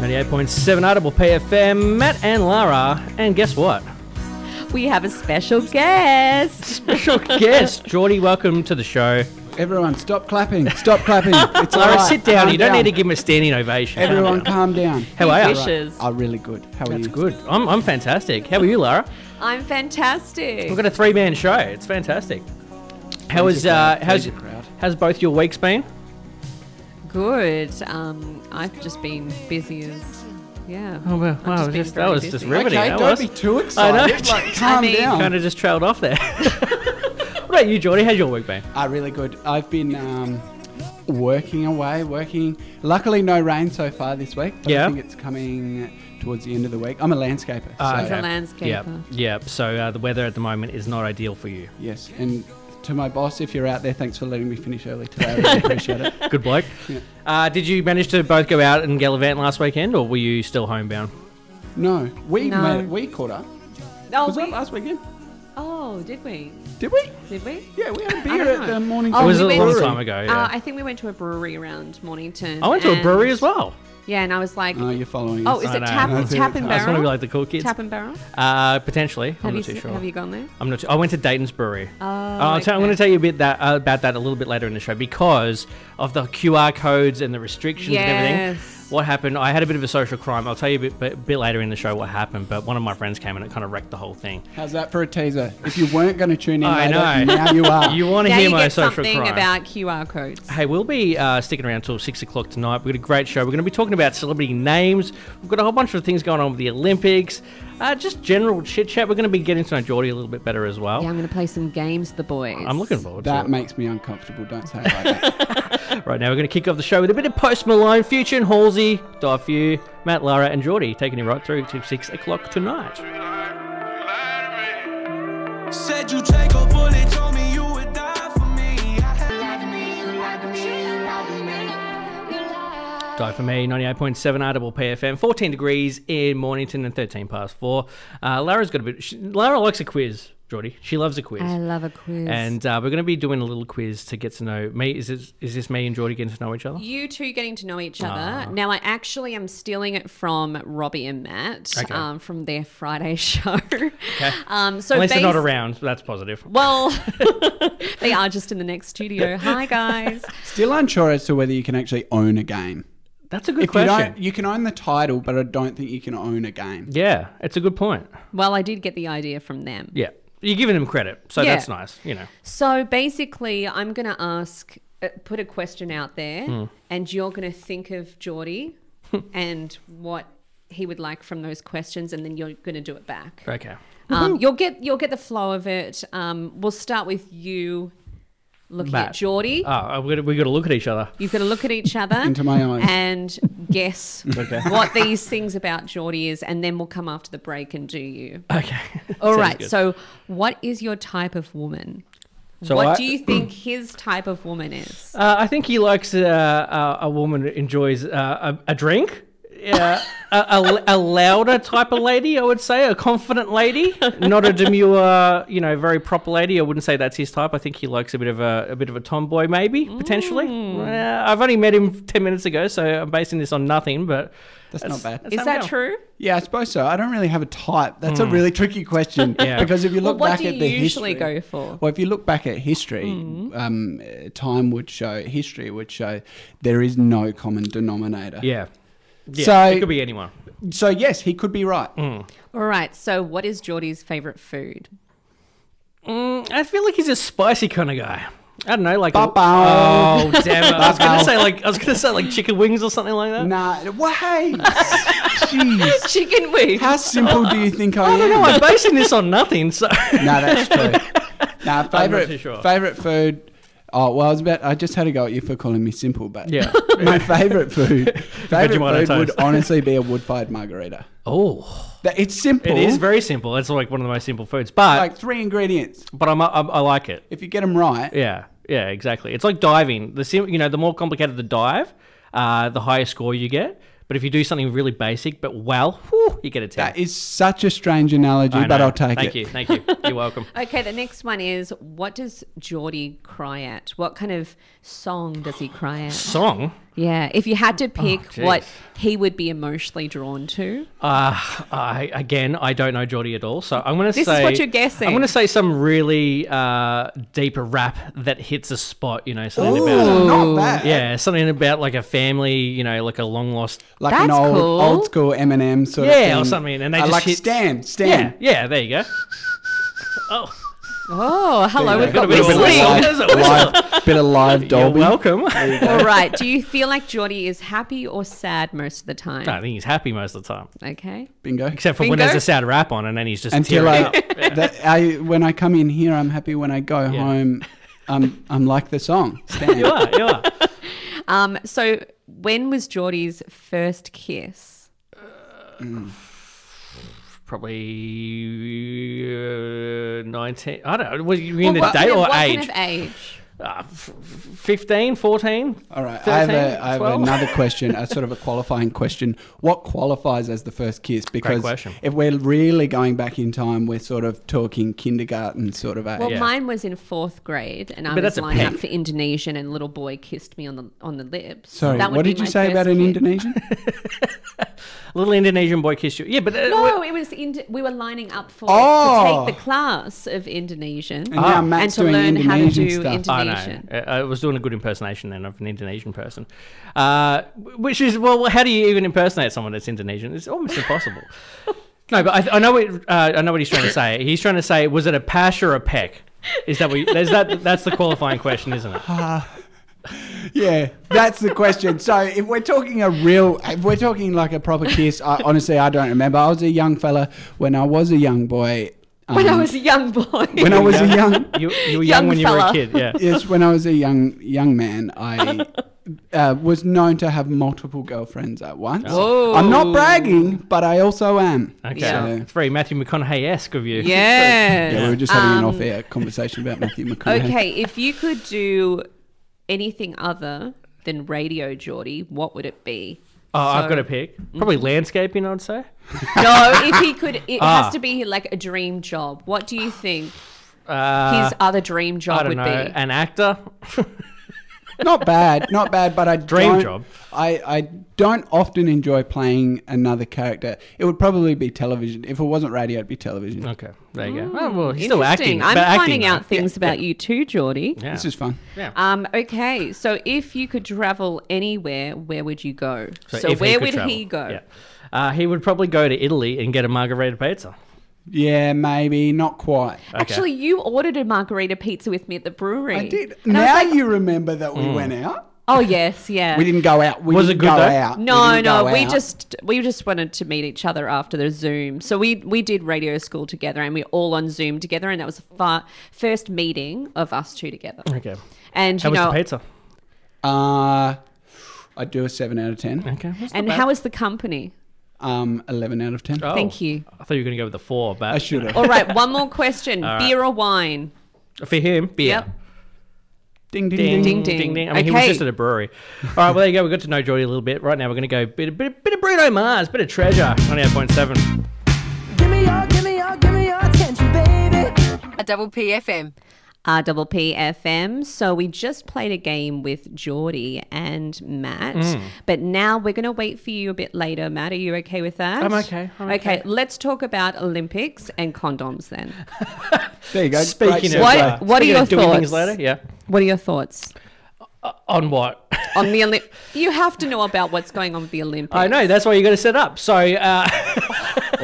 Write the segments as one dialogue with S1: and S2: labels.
S1: 98.7 Audible PFM, Matt and Lara. And guess what?
S2: We have a special guest.
S1: Special guest, Geordie, welcome to the show.
S3: Everyone, stop clapping. Stop clapping. It's all
S1: Lara,
S3: right.
S1: sit down.
S3: Calm
S1: You don't need to
S3: down.
S1: give him a standing ovation.
S3: Everyone, calm down.
S1: How are you?
S2: Fish. Fishes.
S3: Oh, really good. How are
S1: That's
S3: you?
S1: good. I'm, I'm fantastic. How are you, Lara?
S2: I'm fantastic.
S1: We've got a three man show. It's fantastic. How is, uh,
S3: proud.
S1: how's,
S3: Please be proud.
S1: how's both your weeks been?
S2: Good. Um, I've just been busy as yeah.
S1: Oh, well,
S2: I've
S1: wow, it was
S2: just been
S1: just- that
S2: very
S1: was just
S2: busy.
S1: riveting.
S3: Okay,
S1: That
S3: don't
S1: was-
S3: be too excited. Like, calm
S2: mean-
S3: down.
S1: Kind of just trailed off there. what about you, Geordie? How's your week been?
S3: Ah, really good. I've been um, working away, working. Luckily, no rain so far this week. But
S1: Yeah.
S3: I think it's coming towards the end of the week. I'm a landscaper.
S1: Uh,
S3: so,
S2: He's a
S1: Yeah,
S2: landscaper.
S1: yeah. So uh, the weather at the moment is not ideal for you.
S3: Yes. And to my boss, if you're out there, thanks for letting me finish early today. I really appreciate it.
S1: Good bloke. Uh, did you manage to both go out and gallivant last weekend, or were you still homebound?
S3: No, we
S2: No.
S3: met- we caught up.
S2: Oh,
S3: Was
S2: we,
S3: that last weekend?
S2: oh, did we?
S3: Did we?
S2: Did we?
S3: Yeah, we had a
S2: I
S3: beer
S2: don't
S3: at
S2: know.
S3: the morning.
S2: Oh,
S1: it was
S2: we
S1: a
S2: went-
S1: long
S3: brewery.
S1: time ago. Yeah.
S2: Uh, I think we went to a brewery around Mornington.
S1: I went to a
S2: and-
S1: brewery as well.
S2: Yeah, and I was like,
S3: Oh, you're following
S2: oh,
S3: us.
S2: is
S1: I
S2: it
S1: know.
S2: tap,
S3: I see
S2: tap
S3: what's
S2: and
S3: happening.
S1: I just want to be
S2: barrel?
S1: like the cool kids.
S2: Tap and barrel.
S1: Uh, potentially,
S2: Have
S1: I'm
S2: you,
S1: not too
S2: se-
S1: sure.
S2: have you gone there?
S1: I'm not. Too, I went to Dayton's Brewery. Uh,
S2: Oh,
S1: I'll tell- I'm
S2: okay.
S1: going to tell you a bit that uh, about that a little bit later in the show because of the QR codes and the restrictions and everything.
S2: Yes.
S1: What happened? I had a bit of a social crime. I'll tell you a bit, bit, bit later in the show what happened. But one of my friends came and it kind of wrecked the whole thing.
S3: How's that for a teaser? If you weren't going to tune in
S1: I
S3: later,
S1: know.
S3: now you are.
S1: You want to
S2: Now
S1: hear
S2: you
S1: my
S2: get
S1: social
S2: something
S1: crime?
S2: about QR codes.
S1: Hey, we'll be uh, sticking around till six o'clock tonight. We've got a great show. We're going to be talking about celebrity names. We've got a whole bunch of things going on with the Olympics. Uh, just general chit chat. We're going to be getting to know Geordie a little bit better as well.
S2: Yeah, I'm going to play some games, the boys.
S1: oh. I'm looking forward
S3: that
S1: to
S3: makes me uncomfortable. Don't say it like that.
S1: it. Right now, we're going to kick off the show with a bit of Post Malone, Future and Halsey, Dive You, Matt, Lara, and Geordie taking you right through to six o'clock tonight.
S4: Said you take a bullet, told me you would die for me. I had
S1: Die for me, 98.7 RW PFM, 14 degrees in Mornington and 13 past 4. Uh, Lara's got a bit. She, Lara likes a quiz, Geordie. She loves a quiz.
S2: I love a quiz.
S1: And uh, we're going to be doing a little quiz to get to know me. Is this, is this me and Geordie getting to know each other?
S2: you two getting to know each
S1: Ah.
S2: other. Now, I actually am stealing it from Robbie and Matt
S1: Okay.
S2: um, from their Friday show. Um, so
S1: Unless they're not
S2: bas-
S1: around, that's positive.
S2: Well, they are just in the next studio. Hi, guys.
S3: Still unsure as to whether you can actually own a game.
S1: That's a good
S3: If you
S1: question.
S3: don't, you can own the title, but I don't think you can own a game.
S1: yeah, it's a good point.
S2: Well, I did get the idea from them.
S1: Yeah. You're giving them credit, so
S2: Yeah.
S1: that's nice, you know.
S2: So basically, I'm going to ask, uh, put a question out there,
S1: Hmm.
S2: and you're going to think of Geordie and what he would like from those questions, and then you're going to do it back.
S1: Okay. Mm-hmm.
S2: Um, you'll get you'll get the flow of it. Um, we'll start with you looking
S1: Matt.
S2: at Geordie.
S1: Oh, we've got, we got to look at each other.
S2: You've got to look at each other
S3: Into my eyes.
S2: and guess what these things about Geordie is, and then we'll come after the break and do you.
S1: Okay.
S2: All
S1: Sounds
S2: right.
S1: good.
S2: So, what is your type of woman?
S1: So
S2: what
S1: I-
S2: do you think his type of woman is?
S1: Uh, I think he likes uh, uh, a woman that enjoys uh, a, a drink. Yeah, a, a, a louder type of lady, I would say, a confident lady, not a demure, you know, very proper lady. I wouldn't say that's his type. I think he likes a bit of a, a bit of a tomboy, maybe potentially.
S2: Mm.
S1: Uh, I've only met him ten minutes ago, so I'm basing this on nothing. But
S3: That's, not bad.
S1: that's
S2: Is
S1: how we
S2: that
S1: go.
S2: true?
S3: Yeah, I suppose so. I don't really have a type. That's a really tricky question.
S1: Yeah.
S3: Because if you
S2: Well,
S3: look
S2: what
S3: back
S2: do you
S3: at the
S2: usually
S3: history,
S2: go for? Hmm.
S3: Well, if you look back at history, um, uh, time would show, history would show, there is no common denominator.
S1: Yeah. yeah.
S3: So-
S1: it could be anyone.
S3: So yes, he could be right.
S2: All right. So, what is Geordie's favorite food?
S1: Mm, I feel like he's a spicy kind of guy. I don't know, like. a- Oh
S3: Ba-bow.
S1: damn it! I was gonna say like I was gonna say like chicken wings or something like that.
S3: Nah, why? Jeez.
S2: Chicken wings.
S3: How simple do you think I, am?
S1: No, Oh, I'm basing this on nothing. So
S3: Nah, that's true. Nah,
S1: too
S3: favorite
S1: sure.
S3: favorite food. Oh well, I was about. I just had a go at you for calling me simple, but
S1: Yeah.
S3: my favorite food, favorite
S1: Vegemite
S3: food would
S1: toast.
S3: honestly be a wood fired margarita.
S1: oh,
S3: That it's simple.
S1: it is very simple. It's like one of the most simple foods, but
S3: like three ingredients.
S1: but I'm, I'm I like it.
S3: If you get them right,
S1: Yeah, yeah, exactly. It's like diving. The sim, you know, the more complicated the dive, uh, the higher score you get. But if you do something really basic but well, whew, you get a 10.
S3: That is such a strange analogy,
S1: I
S3: but
S1: know.
S3: I'll take
S1: Thank
S3: it.
S1: you. Thank you. You're welcome.
S2: Okay, the next one is what does Geordie cry at? What kind of song does he cry at?
S1: Song.
S2: Yeah, if you had to pick
S1: Oh, jeez.
S2: what he would be emotionally drawn to.
S1: Uh, I, again, I don't know Geordie at all, so I'm going to say
S2: is what you're guessing.
S1: I'm going to say some really uh, deeper rap that hits a spot. You know, something about
S3: Not bad.
S1: yeah, something about like a family. You know, like a long lost.
S3: Like an
S2: That's
S3: old
S2: cool.
S3: old school Eminem sort of
S1: Yeah,
S3: thing.
S1: or something, and they
S3: I
S1: just
S3: like
S1: hit-
S3: Stan.
S1: Yeah,
S3: Stan.
S1: yeah. There you go. Oh,
S2: Oh, hello,
S3: Yeah.
S2: we've
S1: Gotta
S2: got
S1: be a bit
S2: whistle.
S1: of a
S2: All
S1: whistle.
S3: Live,
S1: There's a whistle.
S3: live- bit of live Dolby.
S1: you're welcome. I
S2: right, do you feel like Geordie is happy or sad most of the time?
S1: think he's happy most of the time,
S2: Okay.
S3: Bingo.
S1: except for when
S2: Bingo.
S1: there's a sad rap on, and then he's just
S3: Until
S1: tearing
S3: I,
S1: up.
S3: that, I, when I come in here, I'm happy. When I go home, I'm, I'm like the song. Stan.
S1: You are, you are.
S2: Um, so when was Geordie's first kiss?
S1: Probably uh, nineteen. I don't know. Was you mean
S2: what
S1: the
S2: kind
S1: date
S2: of-
S1: or
S2: what
S1: age?
S2: Kind of age?
S1: Uh, f- f- 15, 14.
S3: All right, I have,
S1: 13,
S3: a, I have
S1: 12?
S3: another question, a sort of a qualifying question. What qualifies as the first kiss? Because
S1: question.
S3: if we're really going back in time, we're sort of talking kindergarten sort of age.
S2: Well,
S1: Uh, Yeah.
S2: mine was in fourth grade, and I
S1: But
S2: was
S1: that's a
S2: lined up
S1: peak.
S2: for Indonesian, and little boy kissed me on the on the lips.
S3: Sorry,
S2: That would
S3: what
S2: be
S3: did you
S2: my
S3: say about
S2: first
S3: an
S2: kiss.
S3: Indonesian?
S1: Little Indonesian boy kissed you. Yeah, but uh,
S2: No, it was in, we were lining up for
S3: Oh.
S2: to take the class of Indonesian
S3: And now Matt's
S2: and to
S3: doing
S2: learn how to
S3: Ah. Indonesian
S2: do
S3: stuff.
S1: I
S2: Indonesian.
S1: know. Uh, I I was doing a good impersonation then of an Indonesian person, uh, which is well. How do you even impersonate someone that's Indonesian? It's almost impossible. no, but I, I know what uh, I know what he's trying to say. He's trying to say, was it a pash or a peck? Is that what? You, is that that's the qualifying question, isn't it?
S3: yeah, that's the question. So if we're talking a real, if we're talking like a proper kiss, I, honestly, I don't remember. I was a young fella when I was a young boy. Um,
S2: When I was a young boy,
S3: when I was a young,
S1: You, you were young,
S2: Young
S1: when
S2: fella.
S1: you were a kid. Yeah.
S3: yes, when I was a young young man, I uh, was known to have multiple girlfriends at once.
S2: Oh.
S3: I'm not bragging, but I also am.
S1: Okay.
S2: Yeah.
S1: It's very Matthew McConaughey esque of you.
S2: yeah.
S3: Yeah, we were just having an off-air conversation about Matthew McConaughey.
S2: Um, Okay, if you could do anything other than radio, Geordie, what would it be?
S1: Oh, I've
S2: So- Mm-hmm.
S1: got a pick. Probably landscaping, I'd say.
S2: No, if he could, it
S1: Ah.
S2: has to be like a dream job. What do you think
S1: Uh,
S2: his other dream
S1: I
S2: job
S1: don't
S2: would
S1: know.
S2: be?
S1: An actor.
S3: Not bad, not bad, but I
S1: Dream
S3: don't-
S1: job.
S3: I, I don't often enjoy playing another character. It would probably be television. If it wasn't radio, it'd be television.
S1: Okay, there you go. Oh, well, he's still
S2: Hmm, Interesting.
S1: acting.
S2: I'm
S1: but acting,
S2: finding
S1: though.
S2: out things about you too, Geordie.
S1: Yeah.
S3: This is fun.
S1: yeah.
S2: Um, okay, so if you could travel anywhere, where would you go? So,
S1: if he
S2: where
S1: could
S2: would
S1: travel,
S2: he go?
S1: yeah. Uh, he would probably go to Italy and get a margherita pizza.
S3: Yeah, maybe not quite.
S1: Uh,
S2: Actually, you ordered a margarita pizza with me at the brewery.
S3: I did.
S2: And I was
S3: now
S2: like,
S3: you remember that we went out.
S2: oh yes, yeah.
S3: We didn't go out. We
S1: Hmm. Was it
S3: didn't
S1: good,
S3: go
S1: though?
S3: out.
S2: No,
S3: didn't
S2: no,
S3: go
S2: we
S3: out.
S2: just we just wanted to meet each other after the Zoom. So we we did radio school together, and we all on Zoom together, and that was the far, first meeting of us two together.
S1: Okay.
S2: And
S1: How
S2: you
S1: was
S2: know,
S1: the pizza?
S3: Uh, I'd do a seven out of ten.
S1: Okay. that's not
S2: and
S1: bad.
S2: how was the company?
S3: Um, eleven out of ten.
S1: Oh,
S2: Thank you.
S1: I thought you were going to go with the four, but
S3: I should have.
S2: All right, one more question: beer or wine?
S1: for him, beer.
S2: Yep.
S3: Ding ding
S1: Ding
S3: ding.
S1: ding ding.
S2: ding.
S1: I mean, he was
S2: Okay.
S1: just at a brewery. All right, well there you go. We got to know Geordie a little bit. Right now, we're going to go bit bit bit of Bruno Mars, bit of Treasure, ninety eight point seven.
S5: Give me your, give me your, give me your attention, baby.
S6: A double PFM.
S2: R double P F M. So we just played a game with Geordie and Matt,
S1: Mm.
S2: but now we're going to wait for you a bit later. Matt, are you okay with that?
S1: I'm okay, I'm
S2: okay, let's talk about Olympics and condoms then.
S3: There you go.
S1: Speaking
S3: Great
S1: of,
S2: What-
S3: segue.
S1: uh,
S2: what are
S1: speaking
S2: your
S1: of doing things
S2: thoughts?
S1: later? Yeah.
S2: What are your thoughts
S1: On what?
S2: on the Olymp? you have to know about what's going on with the Olympics.
S1: I know. That's why you got to set up. So uh,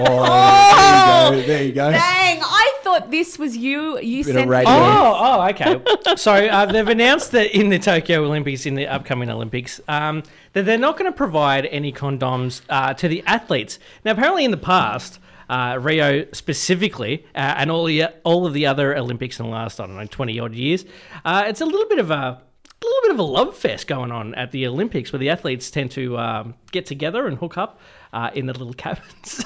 S3: Oh, there you go. There you go.
S2: Dang, I thought this was you. You
S3: Bit of
S2: sent me
S3: radio.
S2: this.
S1: Oh, oh, okay. so uh, they've announced that in the Tokyo Olympics, in the upcoming Olympics, um, that they're not going to provide any condoms uh, to the athletes. Now, apparently, in the past. Uh, Rio specifically, uh, and all the all of the other Olympics in the last I don't know twenty odd years, uh, it's a little bit of a a little bit of a love fest going on at the Olympics, where the athletes tend to um, get together and hook up uh, in the little cabins.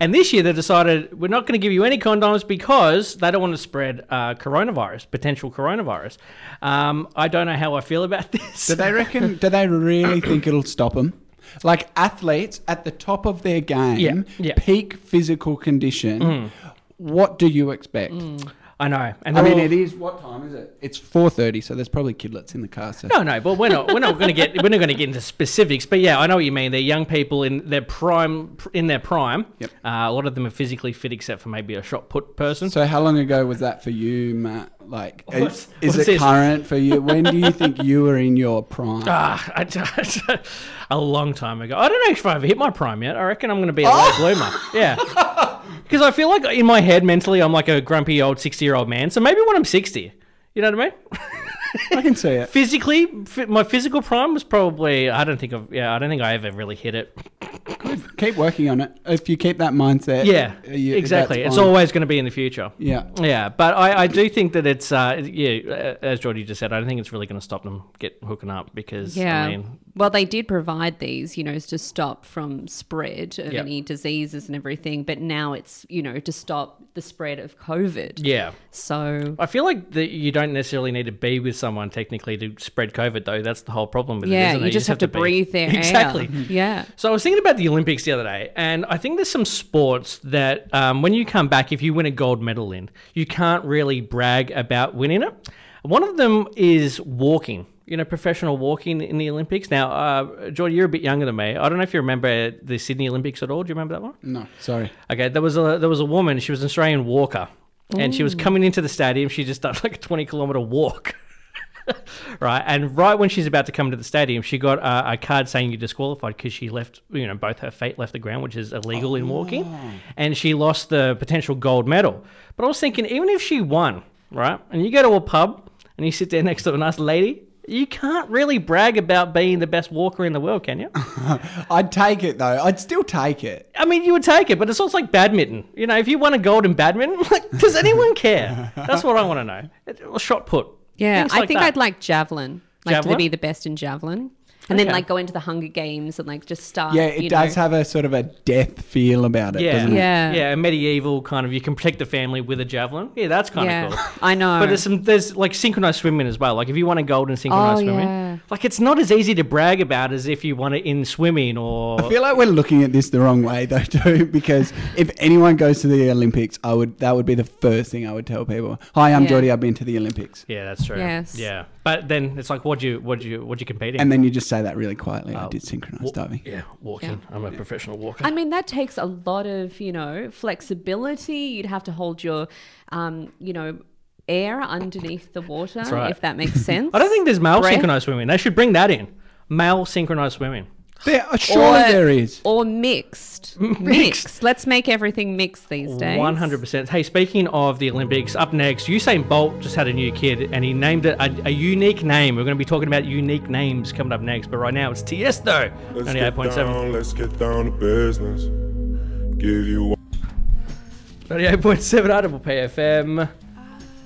S1: and this year, they decided we're not going to give you any condoms because they don't want to spread uh, coronavirus, potential coronavirus. Um, I don't know how I feel about this.
S3: Do they reckon? Do they really think it'll stop them? Like athletes at the top of their game,
S1: Yeah, Mm. yeah.
S3: peak physical condition. What do you expect?
S1: I know. And they're
S3: I mean,
S1: all-
S3: it is. What time is it? It's four thirty, so there's probably kidlets in the car. So
S1: No, no, but we're not we're not going to get we're not going to get into specifics. But yeah, I know what you mean. They're young people in their prime in their prime.
S3: Yep.
S1: Uh, a lot of them are physically fit, except for maybe a shot put person.
S3: So how long ago was that for you, Matt? Like,
S1: What's-
S3: is,
S1: what's
S3: is it
S1: this?
S3: current for you? When do you think you were in your prime?
S1: Ah, I d- a long time ago. I don't know if I've hit my prime yet. I reckon I'm going to be a late bloomer. Yeah. Because I feel like in my head mentally, I'm like a grumpy old 60 year old man. So maybe when I'm 60, you know what I mean?
S3: I can see it.
S1: Physically, fi- my physical prime was probably I don't think I've yeah I don't think I ever really hit it.
S3: Keep working on it. If you keep that mindset,
S1: Yeah,
S3: uh, you-
S1: exactly.
S3: that's
S1: It's
S3: fine.
S1: always going to be in the future.
S3: Yeah.
S1: Yeah, but I, I do think that it's uh yeah uh, as Geordie just said I don't think it's really going to stop them get hooking up because
S2: Yeah.
S1: I mean
S2: well, they did provide these, you know, to stop from spread of
S1: Yep.
S2: any diseases and everything, but now it's, you know, to stop the spread of COVID.
S1: yeah
S2: So
S1: I feel like that you don't necessarily need to be with someone technically to spread COVID though that's the whole problem with it
S2: yeah,
S1: isn't
S2: you,
S1: it?
S2: just have, to
S1: be-
S2: breathe their
S1: exactly
S2: air. Yeah.
S1: So I was thinking about the Olympics the other day, and I think there's some sports that um, when you come back, if you win a gold medal in, you can't really brag about winning it. One of them is walking. You know, professional walking in the Olympics. Now, uh, Jordan, you're a bit younger than me. I don't know if you remember the Sydney Olympics at all. Do you remember that one?
S3: No, sorry.
S1: Okay, there was a there was a woman. She was an Australian walker, and she was coming into the stadium. She just done like a twenty kilometer walk, right? And right when she's about to come to the stadium, she got a, a card saying you're disqualified because she left, you know, both her feet left the ground, which is illegal in walking, and she lost the potential gold medal. But I was thinking, even if she won, right, and you go to a pub and you sit there next to a nice lady. You can't really brag about being the best walker in the world, can you?
S3: I'd take it though. I'd still take it.
S1: I mean, you would take it, but it's also like badminton. You know, if you won a gold in badminton, like, does anyone care? That's what I want to know. It- or Shot put.
S2: Yeah.
S1: Things
S2: I
S1: like
S2: think
S1: that.
S2: I'd like javelin. Like
S1: Javelin?
S2: to be the best in javelin. And
S1: Okay.
S2: then like go into the Hunger Games and like just start.
S3: Yeah, it
S2: uh, you
S3: does
S2: know.
S3: have a sort of a death feel about it,
S1: Yeah.
S3: doesn't it?
S2: Yeah.
S1: Yeah, a medieval kind of. You can protect the family with a javelin. Yeah, that's kind
S2: Yeah.
S1: of cool.
S2: I know.
S1: But there's some there's like synchronized swimming as well. Like if you want a gold in synchronized
S2: Oh,
S1: swimming,
S2: yeah.
S1: like it's not as easy to brag about as if you want it in swimming or
S3: I feel like we're looking at this the wrong way though, too, because if anyone goes to the Olympics, I would that would be the first thing I would tell people. Hi, I'm
S2: Yeah.
S3: Geordie, I've been to the Olympics.
S1: yeah, that's true.
S2: Yes.
S1: Yeah, but then it's like what do you what do you what do you compete in?
S3: And then you just say that really quietly.
S2: Oh.
S3: I did synchronized diving.
S1: yeah, walking. I'm a professional walker.
S2: I mean, that takes a lot of, you know, flexibility. You'd have to hold your, um, you know, air underneath the water,
S1: right.
S2: if that makes sense.
S1: I don't think there's male
S2: Breath.
S1: synchronized swimming. They should bring that in. Male synchronized swimming.
S3: There, uh, surely there is.
S2: Or mixed. mixed. Let's make everything mixed these days.
S1: One hundred percent. Hey, speaking of the Olympics, up next, Usain Bolt just had a new kid, and he named it a, a unique name. We're going to be talking about unique names coming up next, but right now it's TS though.
S6: Let's
S1: Ninety-eight point
S6: get
S1: seven.
S6: down, let's get down to business. Give you one.
S1: Ninety-eight point seven. Audible PFM.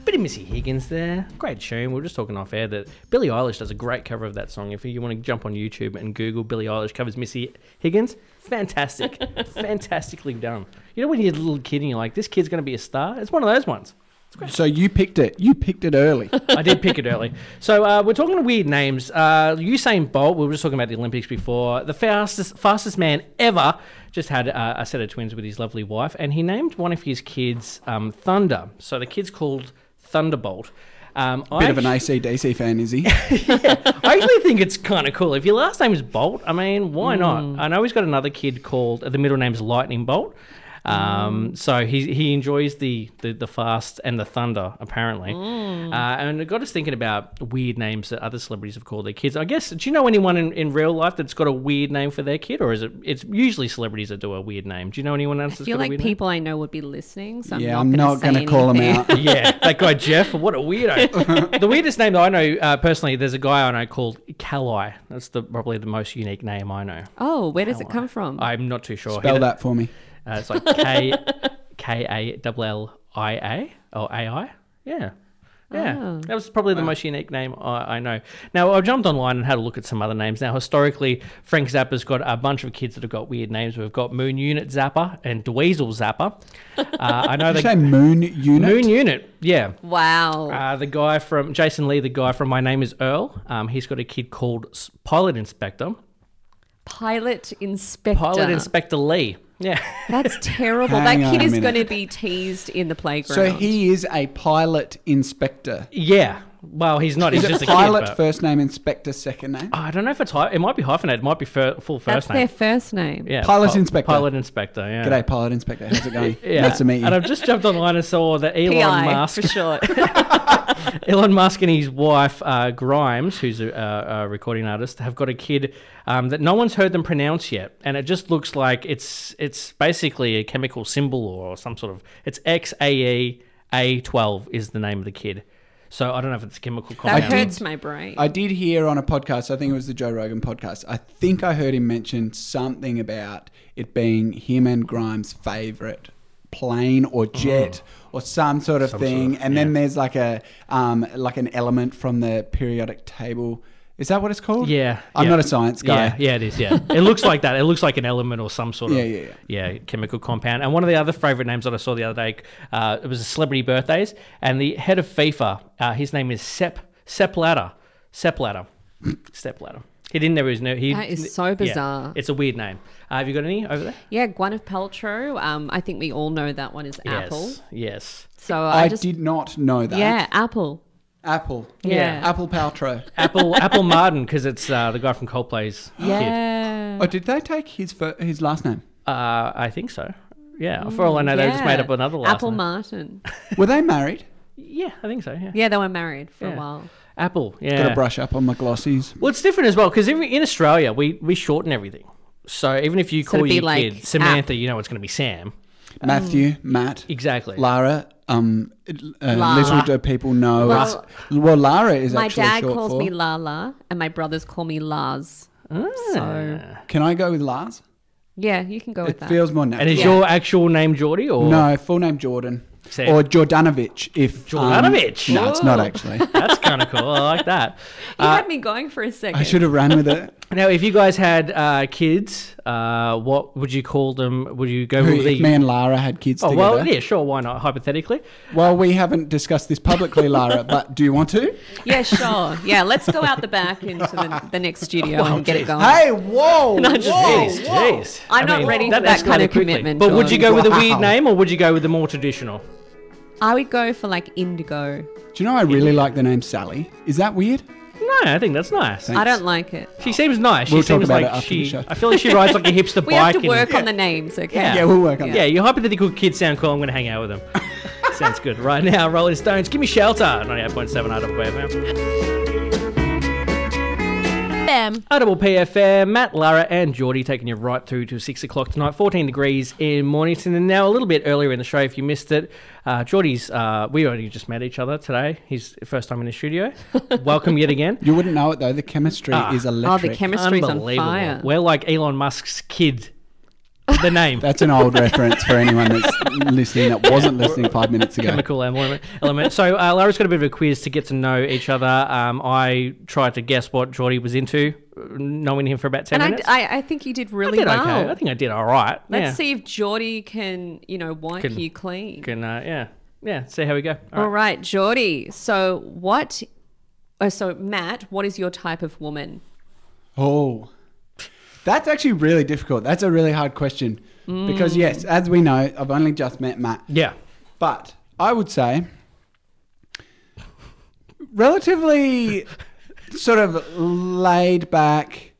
S1: Bit of Missy Higgins there. Great tune. We were just talking off air that Billie Eilish does a great cover of that song. If you want to jump on YouTube and Google Billie Eilish covers Missy Higgins, fantastic. Fantastically done. You know, when you're a little kid and you're like, this kid's going to be a star? It's one of those ones.
S3: So you picked it. You picked it early.
S1: I did pick it early. So uh, we're talking weird names. Uh, Usain Bolt. We were just talking about the Olympics before. The fastest fastest man ever just had uh, a set of twins with his lovely wife, and he named one of his kids um, Thunder. So the kid's called Thunderbolt. Um, I,
S3: Bit of an
S1: act-
S3: ACDC fan, is he?
S1: I actually think it's kind of cool. If your last name is Bolt, I mean, why
S2: Hmm.
S1: not? I know he's got another kid called the middle name's Lightning Bolt.
S2: Hmm.
S1: Um, so he he enjoys the, the the fast and the thunder apparently,
S2: Hmm.
S1: uh, and it got us thinking about weird names that other celebrities have called their kids. I guess do you know anyone in, in real life that's got a weird name for their kid, or is it it's usually celebrities that do a weird name? Do you know anyone else
S2: I
S1: that's
S2: feel
S1: got a
S2: like
S1: weird
S2: people I know would be listening, so I'm
S3: yeah,
S2: not
S3: I'm
S2: gonna
S3: not
S2: say
S3: going to call him
S2: anything.
S3: out.
S1: name? yeah, that guy Jeff. What a weirdo! the weirdest name that I know uh, personally, there's a guy I know called Cali. That's the probably the most unique name I know.
S2: Oh, where does it come from?
S1: I'm not too sure.
S3: Spell
S1: He-
S3: that for me.
S1: Uh, it's like K K A double L I A or A I. Yeah. Yeah,
S2: Oh.
S1: that was probably the most unique name I, I know. Now I jumped online and had a look at some other names. Now historically, Frank Zappa's got a bunch of kids that have got weird names. We've got Moon Unit Zappa and Dweezil Zappa. Uh, I know
S3: Did you
S1: the
S3: say Moon Unit?
S1: Moon Unit. Yeah,
S2: wow.
S1: uh, the guy from Jason Lee, the guy from My Name Is Earl. Um, he's got a kid called S- Pilot Inspector.
S2: Pilot Inspector.
S1: Pilot Inspector Lee. Yeah.
S2: That's terrible.
S3: Hang
S2: that
S3: on
S2: kid
S3: a
S2: is
S3: minute.
S2: going to be teased in the playground.
S3: So he is a pilot inspector.
S1: Yeah. Well, he's not.
S3: Is
S1: he's
S3: it
S1: just a
S3: pilot
S1: kid, but-
S3: first name, inspector second name?
S1: I don't know if it's hy- it might be hyphenated. It might be fir- full
S2: That's
S1: first
S2: their
S1: name.
S2: first name.
S1: yeah.
S3: Pilot
S1: Pi-
S3: Inspector.
S1: Pilot Inspector. Yeah.
S3: G'day, pilot inspector. How's it going?
S1: Yeah.
S3: Nice to meet you.
S1: And I've just jumped online and saw that Elon
S2: PI
S1: Musk,
S2: for short.
S1: Elon Musk and his wife uh, Grimes, who's a, a, a recording artist, have got a kid um, that no one's heard them pronounce yet, and it just looks like it's it's basically a chemical symbol or some sort of it's X A E A twelve is the name of the kid. So I don't know if it's a chemical
S2: that
S1: compound.
S2: hurts my brain.
S3: I did hear on a podcast, I think it was the Joe Rogan podcast, I think I heard him mention something about it being him and Grimes' favorite plane or jet or some sort of thing.
S1: Hmm. sort of-
S3: and then
S1: yeah.
S3: there's like a um, like an element from the periodic table. Is that what it's called?
S1: Yeah,
S3: I'm
S1: yeah.
S3: not a science guy.
S1: Yeah, yeah, it is. Yeah, it looks like that. It looks like an element or some sort of
S3: Yeah, yeah,
S1: yeah, chemical compound. And one of the other favorite names that I saw the other day, uh, it was a celebrity birthdays, and the head of FIFA, uh, his name is Sep Sep Ladder, Sep Ladder, Sep Ladder. He didn't know his name. He,
S2: That is so
S1: yeah,
S2: bizarre.
S1: it's a weird name. Uh, have you got any over there?
S2: yeah, Gwyneth Paltrow. Um, I think we all know that one is Apple.
S1: Yes. Yes.
S2: So
S3: I,
S2: I, just
S3: did not know that.
S2: yeah, Apple.
S3: Apple.
S2: Yeah.
S3: Apple Paltrow.
S1: Apple Apple Martin because it's uh, the guy from Coldplay's kid.
S2: Yeah.
S3: Oh, did they take his fir- his last name?
S1: Uh, I think so. Yeah. For all I know, they just made
S2: Yeah.
S1: up another last
S2: Apple
S1: name.
S2: Martin.
S3: Were they married?
S1: yeah, I think so. Yeah.
S2: Yeah, they were married for
S1: Yeah.
S2: a while.
S1: Apple. Yeah.
S3: Got to brush up on my glossies.
S1: Well, it's different as well because in Australia we we shorten everything. So even if you
S2: So
S1: call
S2: it'd be
S1: your
S2: like
S1: kid Samantha, you know it's going to be Sam.
S3: Matthew, Matt.
S1: Exactly.
S3: Lara. Um, uh,
S2: La.
S3: little do people know.
S2: Well-
S3: it's- well Lara is
S2: My
S3: actually
S2: dad
S3: short
S2: calls
S3: for.
S2: me Lala, and my brothers call me Lars. So
S3: Can I go with Lars?
S2: yeah, you can go with
S3: It
S2: that.
S3: feels more
S1: and
S3: natural.
S1: is your actual name Geordie or
S3: no, full name Jordan
S1: Same.
S3: or Jordanovich. If
S1: Jordanovich?
S3: Um, no, it's not actually.
S1: That's kind of cool. I like that.
S2: you
S1: Uh,
S2: had me going for a second.
S3: I should have ran with it.
S1: now, if you guys had uh, kids, uh, what would you call them? Would you go with
S3: Who,
S1: the?
S3: if me and Lara had kids
S1: oh
S3: together.
S1: well, yeah, sure. Why not? Hypothetically,
S3: Well, we haven't discussed this publicly, Lara. but do you want to?
S2: Yeah, sure. Yeah, let's go out the back into the, the next studio and get it going.
S3: Hey, whoa! whoa.
S1: jeez, jeez.
S2: I'm not ready for that
S1: escalated
S2: kind of commitment,
S1: But would you go
S2: Jordan.
S1: with a weird
S3: Wow.
S1: name or would you go with the more traditional?
S2: I would go for like Indigo.
S3: Do you know I really like the name Sally? Is that weird?
S1: No, I think that's nice.
S2: I don't like it.
S1: She seems nice.
S3: We'll
S1: she
S3: talk
S1: seems
S3: about
S1: like
S3: it after
S1: she.
S3: the show.
S1: I feel like she rides like a hipster
S2: We
S1: bike.
S2: have to
S1: and-
S2: work on the names, okay?
S1: Yeah.
S3: Yeah, we'll work on
S1: Yeah, your hypothetical kids sound cool. I'm going to hang out with them. Sounds good. Right now, Rolling Stones, give me shelter. 98.7 RWPFM.
S5: Bam.
S1: RWPFM, Matt, Lara, and Geordie taking you right through to 6 o'clock tonight. 14 degrees in Mornington. And now, a little bit earlier in the show, if you missed it, uh, Geordie's, uh, we only just met each other today. His first time in the studio. Welcome yet again.
S3: You wouldn't know it though. The chemistry is
S2: Oh,
S3: electric.
S2: the chemistry's on
S1: Unbelievable.
S2: fire.
S1: We're like Elon Musk's kid. The name.
S3: That's an old reference for anyone that's listening that wasn't listening five minutes ago.
S1: chemical element. element. So uh, Lara's got a bit of a quiz to get to know each other. Um, I tried to guess what Geordie was into, uh, knowing him for about ten
S2: and I,
S1: minutes.
S2: I, I think you did really
S1: did
S2: well.
S1: okay. I think I did all right.
S2: Let's
S1: yeah.
S2: see if Geordie can, you know, wipe
S1: Can-
S2: you clean.
S1: Can, uh, yeah, yeah. See how we go. All
S2: All
S1: right.
S2: right, Geordie. So what? Oh, so Matt, what is your type of woman?
S3: Oh, that's actually really difficult. That's a really hard question because yes, as we know, I've only just met Matt,
S1: Yeah.
S3: but I would say relatively sort of laid back,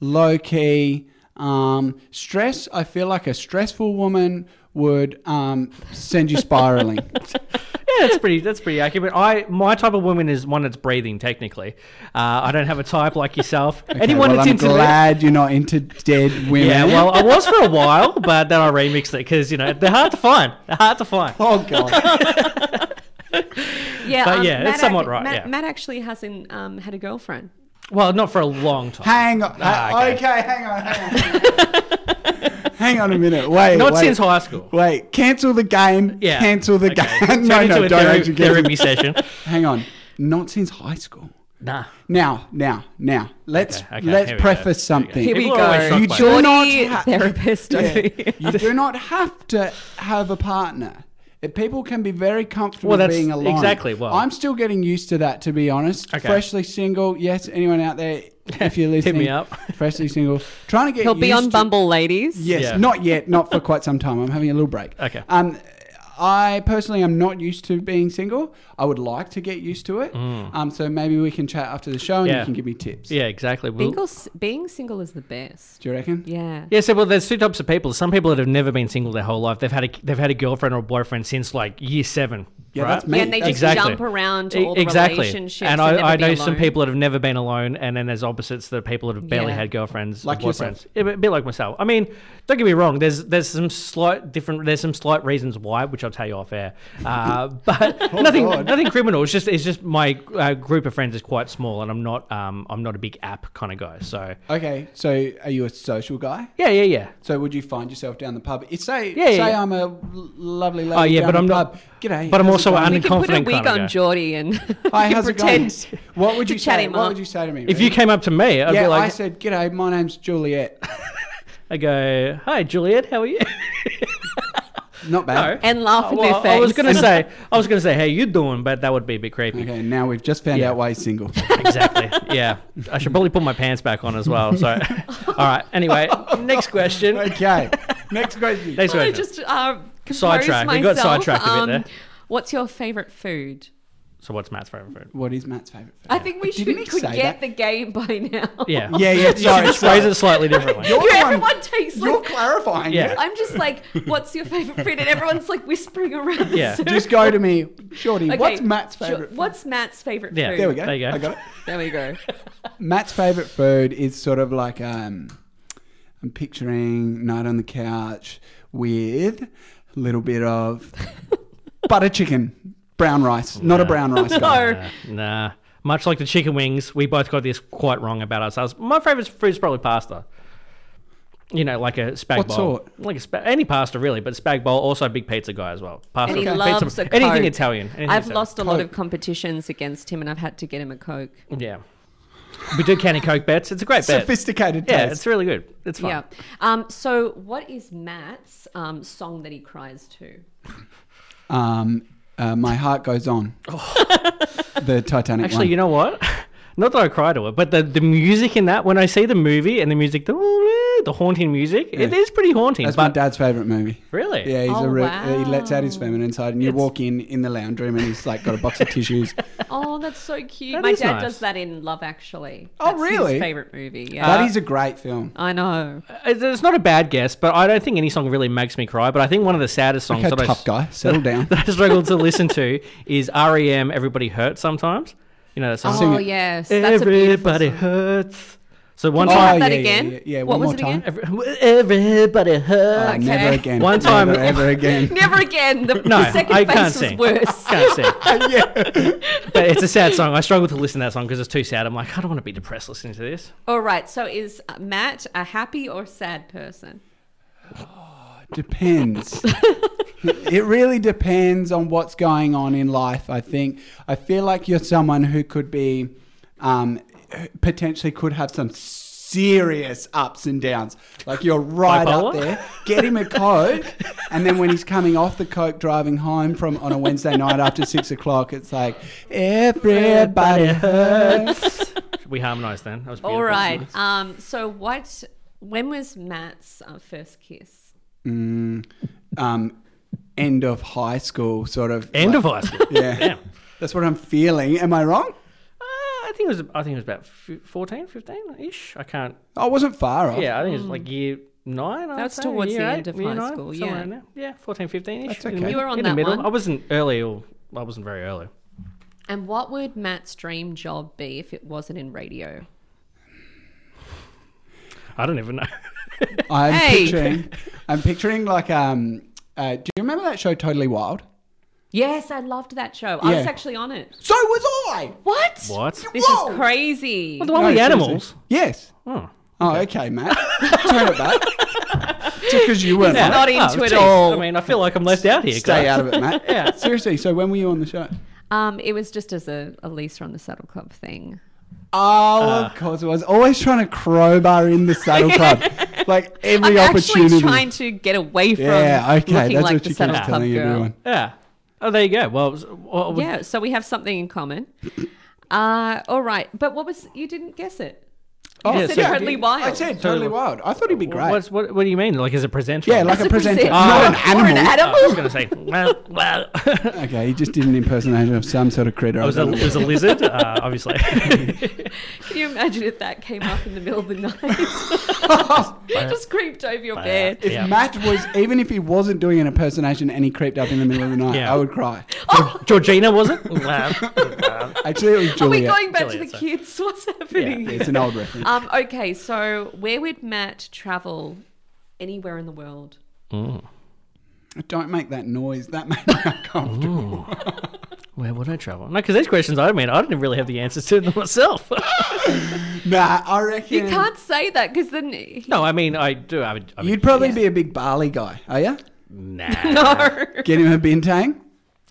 S3: low key. Um, stress. I feel like a stressful woman would um, send you spiraling.
S1: Yeah, that's pretty. That's pretty accurate. I my type of woman is one that's breathing. Technically, uh, I don't have a type like yourself. Anyone
S3: well,
S1: that's
S3: I'm
S1: into
S3: glad you're not into dead women.
S1: Yeah, well, I was for a while, but then I remixed it because you know they're hard to find. They're hard to find.
S3: oh god,
S2: Yeah,
S1: But yeah, um, it's somewhat right,
S2: Matt,
S1: yeah.
S2: Matt actually hasn't um, had a girlfriend.
S1: Well, not for a long time.
S3: hang on.
S1: Ah,
S3: okay.
S1: okay.
S3: hang on, hang on. hang on a minute. Wait,
S1: Not
S3: wait.
S1: since high school.
S3: Wait, cancel the game.
S1: Yeah.
S3: cancel the
S1: Okay.
S3: game. no,
S1: Turn into
S3: no,
S1: a
S3: don't
S1: therapy,
S3: actually cancel
S1: therapy
S3: it.
S1: session.
S3: Hang on, not since high school.
S1: Nah.
S3: Now, now, now. Let's
S1: Okay, okay,
S3: let's
S1: here we go.
S3: preface
S1: Here we
S3: something.
S2: Here we
S1: People are always
S2: go.
S1: shocked by
S3: You do
S1: that.
S3: not
S2: Geordie
S3: ha-
S2: therapist.
S3: Yeah.
S2: over here.
S3: you do not have to have a partner. It, people can be very comfortable
S1: Well, that's
S3: being alone.
S1: exactly what-
S3: I'm still getting used to that, to be honest.
S1: Okay.
S3: Freshly single. Yes, anyone out there, if you're listening,
S1: me up.
S3: freshly single. Trying to get
S2: He'll be
S3: used
S2: on
S3: to-
S2: Bumble, ladies.
S3: Yes,
S1: Yeah.
S3: not yet, not for quite some time. I'm having a little break.
S1: Okay.
S3: Um, I personally am not used to being single. I would like to get used to it. Um, so maybe we can chat after the show and
S1: Mm. Yeah.
S3: you can give me tips.
S1: Yeah, exactly. We'll-
S2: Being, being single is the best.
S3: Do you reckon?
S2: Yeah.
S1: Yeah, so well, there's two types of people. Some people that have never been single their whole life. They've had a they've had a girlfriend or a boyfriend since like year seven.
S3: Yeah,
S1: right?
S3: that's me.
S2: Yeah, and they just
S1: Exactly.
S2: jump around to
S1: E-
S2: all the relationships.
S1: And
S2: and
S1: I,
S2: never
S1: I
S2: be
S1: know some
S2: alone.
S1: people that have never been alone, and then there's opposites the people that have barely
S2: Yeah.
S1: had girlfriends,
S3: Like
S1: like
S3: yourself.
S1: boyfriends. Yeah, but a bit like myself. I mean, don't get me wrong. There's there's some slight different. There's some slight reasons why, which I'll tell you off air. Uh, but nothing
S3: Oh, God.
S1: nothing criminal. It's just it's just my uh, group of friends is quite small, and I'm not um I'm not a big app kind of guy. So
S3: Okay, so are you a social guy?
S1: yeah, yeah, yeah.
S3: So would you find yourself down the pub? It's say
S1: Yeah, yeah,
S3: say
S1: yeah.
S3: I'm a l- lovely lady.
S1: Oh yeah,
S3: down
S1: but
S3: the
S1: I'm
S3: pub.
S1: not.
S3: G'day.
S1: But I'm
S3: how's it
S1: also
S3: going?
S1: an
S2: You can put a
S1: inconfident
S2: wig
S1: kind of guy.
S2: on Geordie and
S3: Hi,
S2: you
S3: how's it going?
S2: pretend
S3: What would
S2: to
S3: you
S2: chat
S3: say?
S2: him
S3: What
S2: up.
S3: would you say to me?
S1: If you
S3: Ray?
S1: came up to me, I'd
S3: yeah,
S1: be like,
S3: I said, "G'day, my name's Juliet."
S1: I go, "Hi, Juliet, how are you?"
S3: Not bad.
S2: and laugh in
S1: Oh, Well,
S2: their face.
S1: I was gonna say, I was gonna say, "Hey, you doing?" But that would be a bit creepy.
S3: Okay, now we've just found
S1: Yeah.
S3: out why he's single.
S1: Exactly. Yeah, I should probably put my pants back on as well. So, all right. Anyway, next question.
S3: okay, next question.
S1: Next
S2: I
S1: question.
S2: just uh, compose
S1: Sidetracked. We
S2: Myself.
S1: got
S2: Um,
S1: sidetracked a bit there.
S2: What's your favorite food?
S1: so, what's Matt's favorite food?
S3: What is Matt's favorite? Food?
S2: I think we should
S3: Didn't he
S2: could
S3: say
S2: get
S3: that?
S2: the game by now.
S1: Yeah.
S3: Yeah, yeah. Sorry,
S1: Just
S3: sorry.
S1: phrase it slightly differently.
S3: You're
S2: You-
S3: the one-
S2: everyone takes
S3: You're
S2: like.
S3: clarifying.
S1: Yeah.
S3: it.
S2: I'm just like, what's your favorite food? And everyone's like whispering around. the
S1: Yeah.
S2: circle.
S3: Just go to me, Shorty.
S2: Okay,
S3: What's Matt's
S2: sure.
S3: favorite? food?
S2: What's Matt's favorite
S1: Yeah.
S2: food?
S3: There we go.
S1: There you go.
S3: I got it.
S2: There we go.
S3: Matt's favorite food is sort of like um, I'm picturing night on the couch with a little bit of butter chicken, brown rice, not a brown rice. guy.
S2: No.
S1: Nah, Uh, nah. Much like the chicken wings, we both got this quite wrong about ourselves. My favorite food is probably pasta. You know, like a spag
S3: What
S1: bowl,
S3: sort?
S1: like a spa- any pasta really, but spag bowl. Also, a big pizza guy as well. Pasta,
S2: And he
S1: pizza,
S2: loves a Coke.
S1: anything Italian. Anything
S2: I've
S1: Italian.
S2: lost a lot of
S3: Coke.
S2: competitions against him, and I've had to get him a Coke.
S1: Yeah, we do candy coke bets. It's a great bet.
S3: Sophisticated
S1: Yeah,
S3: taste.
S1: it's really good. It's fun.
S2: Yeah. Um, so, what is Matt's um, song that he cries to?
S3: Um, uh, my heart goes on. the
S1: Oh.
S3: Titanic.
S1: Actually, you know what? Not that I cry to it, but the, the music in that, when I see the movie and the music, the, the haunting music, it is pretty haunting.
S3: that's my
S1: but
S3: dad's favorite movie.
S1: really?
S3: Yeah, he's
S2: Oh,
S3: a re- he lets out his
S2: wow.
S3: feminine side, and you walk in in the lounge room, and he's like got a box of tissues.
S1: Uh,
S2: Oh, that's so cute.
S1: That
S2: My
S1: is
S2: dad
S1: nice.
S2: does that in Love Actually.
S3: Oh,
S2: That's
S3: really?
S2: His favorite movie. Yeah.
S3: that is a great film.
S2: I know.
S1: It's, it's not a bad guess, but I don't think any song really makes me cry. But I think one of the saddest songs
S3: Okay,
S1: that, I,
S3: tough guy, settle down.
S1: that I struggle to listen to is REM, Everybody Hurts Sometimes. You know that song?
S3: Sing
S2: oh
S3: it.
S2: yes, that's a beautiful
S1: Everybody
S2: song.
S1: Hurts. So one
S2: Can you
S1: time.
S2: have that
S3: yeah, yeah,
S2: again?
S3: yeah, Oh, yeah,
S2: What
S3: one
S2: was
S3: more
S2: it again?
S1: Every- Everybody
S3: Uh,
S1: Hurts.
S3: Never again.
S1: One time-
S3: Never, ever again.
S2: Never again. The,
S1: No,
S2: the second
S1: I
S2: face
S1: can't
S2: was
S1: sing.
S2: worse.
S1: Can't sing. But it's a sad song. I struggle to listen to that song because it's too sad. I'm like, I don't want to be depressed listening to this.
S2: All right. So, is Matt a happy or sad person?
S3: Depends. it really depends on what's going on in life. I think. I feel like you're someone who could be, um, potentially could have some serious ups and downs. Like you're right up
S1: Bipolar?
S3: there. Get him a coke, and then when he's coming off the coke, driving home from on a Wednesday night after six o'clock, it's like everybody hurts.
S1: We harmonised then. That was beautiful.
S2: All right. Um, so, what? When was Matt's uh, first kiss?
S3: Um, end of high school, sort of.
S1: End of
S3: like-
S1: high school.
S3: Yeah. That's what I'm feeling. Am I wrong?
S1: Uh, I think it was. I think it was about f- 14, 15 ish. I can't.
S3: I wasn't far off.
S1: Yeah, I think it was like year nine. I'd
S2: That's
S1: say,
S2: towards
S1: year
S2: the
S1: eight,
S2: end of
S1: year
S2: high
S1: nine,
S2: school,
S1: somewhere
S2: yeah.
S1: in there. yeah, 14, 15 ish.
S3: That's okay. You
S2: were on
S1: in the
S2: that
S1: middle.
S2: one.
S1: I wasn't early or I wasn't very early.
S2: And what would Matt's dream job be if it wasn't in radio?
S1: I don't even know.
S3: I'm
S2: Hey.
S3: picturing. I'm picturing like um. Uh, do you remember that show Totally Wild?
S2: Yes, I loved that show. I was
S3: Yeah.
S2: actually on it.
S3: So was I.
S2: What?
S1: what?
S2: This
S3: Whoa!
S2: is crazy.
S1: The one with the animals.
S3: Yes.
S1: Oh.
S3: Oh, okay, Matt. Turn it back. Just because you weren't. on it.
S2: Not into
S1: Oh,
S2: it
S1: geez.
S2: at all.
S1: I mean, I feel like I'm left out here.
S3: Stay
S1: guys.
S3: out of it, Matt. yeah. Seriously. So when were you on the show?
S2: Um, it was just as a, a Lisa on the Saddle Club thing. Uh,
S3: Oh, of course it was. Always trying to crowbar in the saddle club. like
S2: I'm
S3: every
S2: actually
S3: opportunity.
S2: trying to get away from
S3: yeah, okay,
S2: looking
S3: that's
S2: like
S3: what
S2: the
S3: you keep
S2: Saddle Club
S3: telling
S2: girl.
S3: everyone.
S1: Yeah. Oh, there you go. Well, s- what would-
S2: Yeah, so we have something in common. Uh, all right, but what was you didn't guess it?
S3: Oh,
S2: You
S1: Yeah,
S2: said
S1: so-
S2: totally wild.
S3: I said totally wild. I thought he'd be great.
S1: what's what? What do you mean? Like, is it presenter?
S3: yeah, like
S2: As
S3: a presenter,
S2: present-
S3: not an
S2: or
S3: animal.
S1: I was gonna say. Well, well. it
S3: Okay, he just did an impersonation of some sort of critter. I
S1: was a,
S3: don't
S1: Oh, it
S3: know.
S1: was a lizard, uh, obviously.
S2: Can you imagine if that came up in the middle of the night? Just creeped over your bed.
S3: if
S1: Uh, Yeah.
S3: Matt was, even if he wasn't doing an impersonation and he crept up in the middle of the night,
S1: Yeah.
S3: I would cry.
S1: Georgina was it? Well, well.
S3: Actually, it was
S2: Are we
S3: Juliet.
S2: going back
S1: Juliet,
S2: to the
S1: sorry.
S2: kids? What's happening?
S3: Yeah,
S2: here?
S3: it's an old reference.
S2: Um, okay, so where would Matt travel anywhere in the world?
S3: Don't make that noise. That made me uncomfortable.
S1: Where would I travel? No, because these questions, I mean, I didn't really have the answers to them myself.
S3: Nah, I reckon
S2: You can't say that because then. he-
S1: no, I mean, I do. I would. I would
S3: You'd probably be a big barley guy, are you?
S1: nah,
S2: No.
S3: Get him a bintang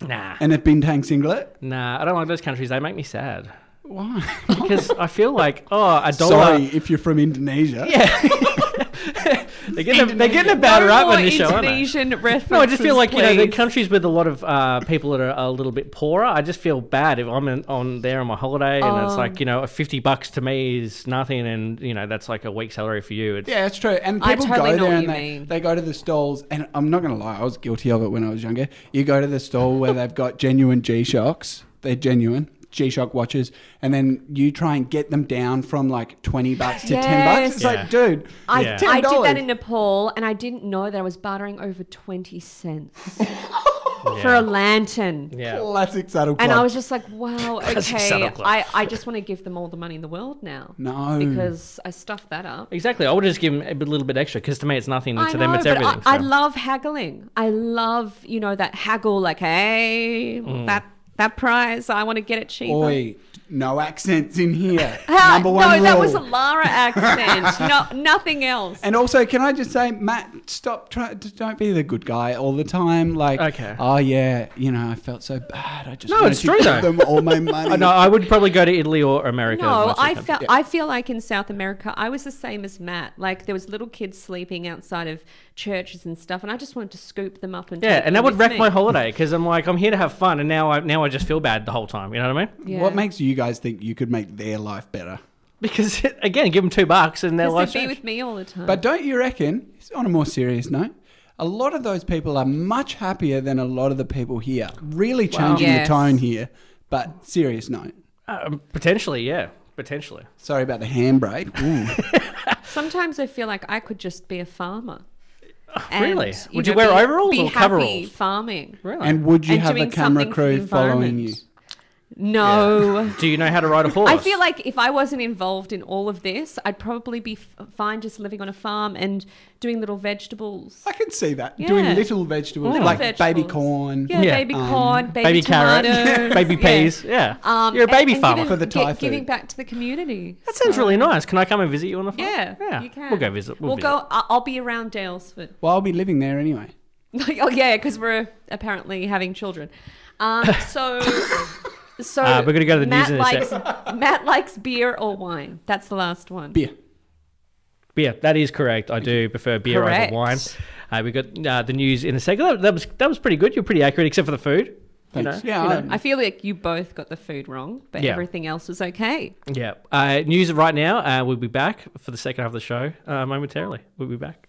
S1: nah,
S3: and a bintang singlet.
S1: nah. I don't like those countries. They make me sad
S3: Why?
S1: because I feel like oh, a dollar.
S3: Sorry if you're from Indonesia. Yeah.
S1: They're getting, they're getting about
S2: No
S1: right
S2: more
S1: on this show, aren't they?
S2: Indonesian references.
S1: No, I just feel like you know the
S2: please.
S1: countries with a lot of uh, people that are a little bit poorer. I just feel bad if I'm in, on there on my holiday and
S2: Oh.
S1: it's like you know fifty bucks to me is nothing, and you know that's like a week's salary for you. It's,
S3: Yeah, it's true. And
S2: I
S3: people
S2: totally know
S3: go
S2: what
S3: there and
S2: you
S3: they,
S2: mean.
S3: they go to the stalls. And I'm not going to lie, I was guilty of it when I was younger. You go to the stall where they've got genuine G Shocks, they're genuine G Shock watches, and then you try and get them down from like 20 bucks to 10 bucks.
S2: Yes.
S3: It's like, dude,
S2: I,
S1: Yeah.
S2: I did that
S3: $10.
S2: in Nepal, and I didn't know that I was bartering over twenty cents for a lantern.
S1: yeah.
S3: classic saddle
S2: And I
S3: club.
S2: was just like, wow, okay,
S1: subtle club.
S2: I, I just want to give them all the money in the world now.
S3: No.
S2: Because I stuffed that up.
S1: Exactly. I would just give them a bit- little bit extra because to me it's nothing.
S2: I
S1: and to them, it's
S2: but
S1: everything.
S2: I, I
S1: so.
S2: love haggling. I love, you know, that haggle, like, hey,
S1: Mm.
S2: that that price, I want to get it cheaper.
S3: Oi, no accents in here.
S2: Ah,
S3: Number one
S2: no,
S3: rule.
S2: that was a Lara accent. no, nothing else.
S3: And also, can I just say, Matt, stop trying. Don't be the good guy all the time. Like,
S1: Okay.
S3: oh yeah, you know, I felt so bad. I just
S1: No,
S3: wanted
S1: it's
S3: to
S1: true,
S3: give
S1: though.
S3: them all my money.
S1: Uh, no, I would probably go to Italy or America. as
S2: No,
S1: my two
S2: I
S1: countries.
S2: felt I feel like in South America I was the same as Matt. Like there was little kids sleeping outside of churches and stuff, and I just wanted to scoop them up and
S1: Yeah,
S2: take
S1: and that
S2: them
S1: would
S2: with
S1: wreck
S2: me.
S1: my holiday because I'm like, I'm here to have fun, and now I now I just feel bad the whole time. You know what I mean?
S2: Yeah.
S3: What makes you guys think you could make their life better?
S1: Because again, give them two bucks and their life.
S2: Because they'd be with me all the time.
S3: But don't you reckon? On a more serious note, a lot of those people are much happier than a lot of the people here. Really changing
S2: Yes.
S3: the tone here. But serious note.
S1: Um, potentially, yeah, potentially.
S3: Sorry about the handbrake. Ooh.
S2: Sometimes I feel like I could just be a farmer.
S1: really?
S2: And,
S1: Would you wear
S2: be-
S1: overalls
S2: be
S1: or
S2: happy
S1: coveralls?
S2: Farming.
S1: Really?
S3: and would you
S2: And
S3: have a
S2: doing
S3: camera
S2: something for
S3: crew
S2: the
S3: following you?
S2: environment. No.
S1: do you know how to ride a horse?
S2: I feel like if I wasn't involved in all of this, I'd probably be f- fine just living on a farm and doing little vegetables.
S3: I can see that.
S2: Yeah.
S3: Doing little vegetables,
S2: Little
S3: like baby
S2: vegetables.
S3: corn.
S2: Yeah,
S1: Oh. Yeah.
S2: baby
S3: Um,
S2: corn, baby,
S1: baby carrot,
S2: tomatoes,
S1: baby
S2: yeah.
S1: peas. Yeah,
S2: Um,
S1: you're a
S2: and-
S1: baby
S2: and
S1: farmer.
S2: giving-
S3: For the Thai
S2: gi- Giving
S3: food.
S2: back to the community.
S1: that sounds really nice. Can I come and visit you on the farm?
S2: Yeah,
S1: yeah.
S2: you can.
S1: We'll go visit. We'll,
S2: We'll,
S1: visit.
S2: go. I- I'll be around Dalesford.
S3: Well, I'll be living there anyway.
S2: oh yeah, because we're apparently having children. Um, so, so
S1: Ah, we're gonna go to the news
S2: Matt
S1: in a
S2: likes,
S1: sec.
S2: Matt likes beer or wine. That's the last one.
S3: Beer.
S1: Beer. That is correct. I do prefer beer
S2: Correct.
S1: over wine. Uh, we got uh, the news in a second. That, that was that was pretty good. You're pretty accurate, except for the food. You
S3: Thanks.
S1: know,
S3: Yeah,
S1: you know.
S3: I-
S2: I feel like you both got the food wrong, but
S1: Yeah.
S2: everything else was okay.
S1: Yeah. Uh, news right now. Uh, we'll be back for the second half of the show uh, momentarily. We'll be back.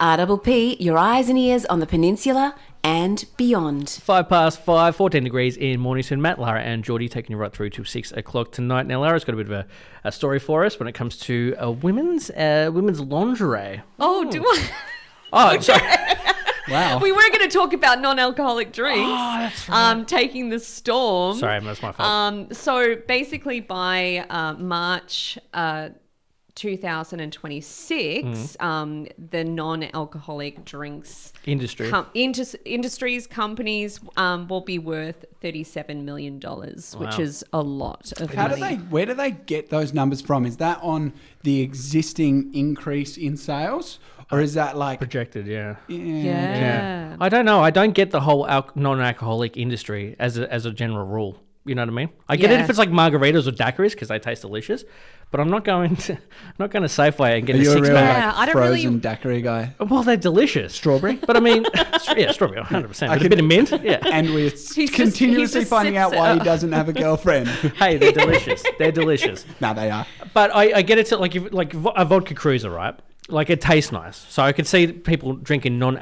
S7: RPP, your eyes and ears on the peninsula and beyond.
S1: Five past five, 14 degrees in Mornington. Matt, Lara, and Geordie taking you right through to six o'clock tonight. Now, Lara's got a bit of a, a story for us when it comes to uh, women's uh, women's lingerie.
S2: Oh, do I?
S1: Oh, sorry.
S3: Wow.
S2: we were going to talk about non-alcoholic drinks. Um, taking the storm.
S1: Ah, sorry, that's my fault.
S2: Um, so basically, by uh, March uh, 2026,
S1: Mm.
S2: um, the non-alcoholic drinks
S1: Industry.
S2: com- indus- industries companies um, will be worth 37 million dollars, which is a lot of
S3: How do
S2: money.
S3: they? Where do they get those numbers from? Is that on the existing increase in sales, or is that like?
S1: Projected, yeah.
S2: Yeah.
S1: I don't know. I don't get the whole al- non-alcoholic industry as a, as a general rule. You know what I mean? I get it
S2: Yeah.
S1: if it's like margaritas or daiquiris because they taste delicious, But I'm not going to I'm not going to Safeway and get
S3: Are
S1: a
S3: you a
S1: six
S3: real
S1: pack.
S2: pack. Yeah,
S3: like,
S2: I don't really-
S3: frozen daiquiri guy?
S1: Well, they're delicious.
S3: Strawberry?
S1: But I mean, yeah, strawberry, 100. percent
S3: I
S1: With a
S3: could-
S1: bit of mint. Yeah.
S3: And we're
S2: he
S3: continuously
S2: just
S3: finding out
S2: sips
S3: why
S2: it
S3: he
S2: up.
S3: doesn't have a girlfriend.
S1: Hey, they're delicious. They're delicious.
S3: nah, they are.
S1: But I, I get it. To, like if, like vo- a vodka cruiser, right? Like it tastes nice, so I could see people drinking non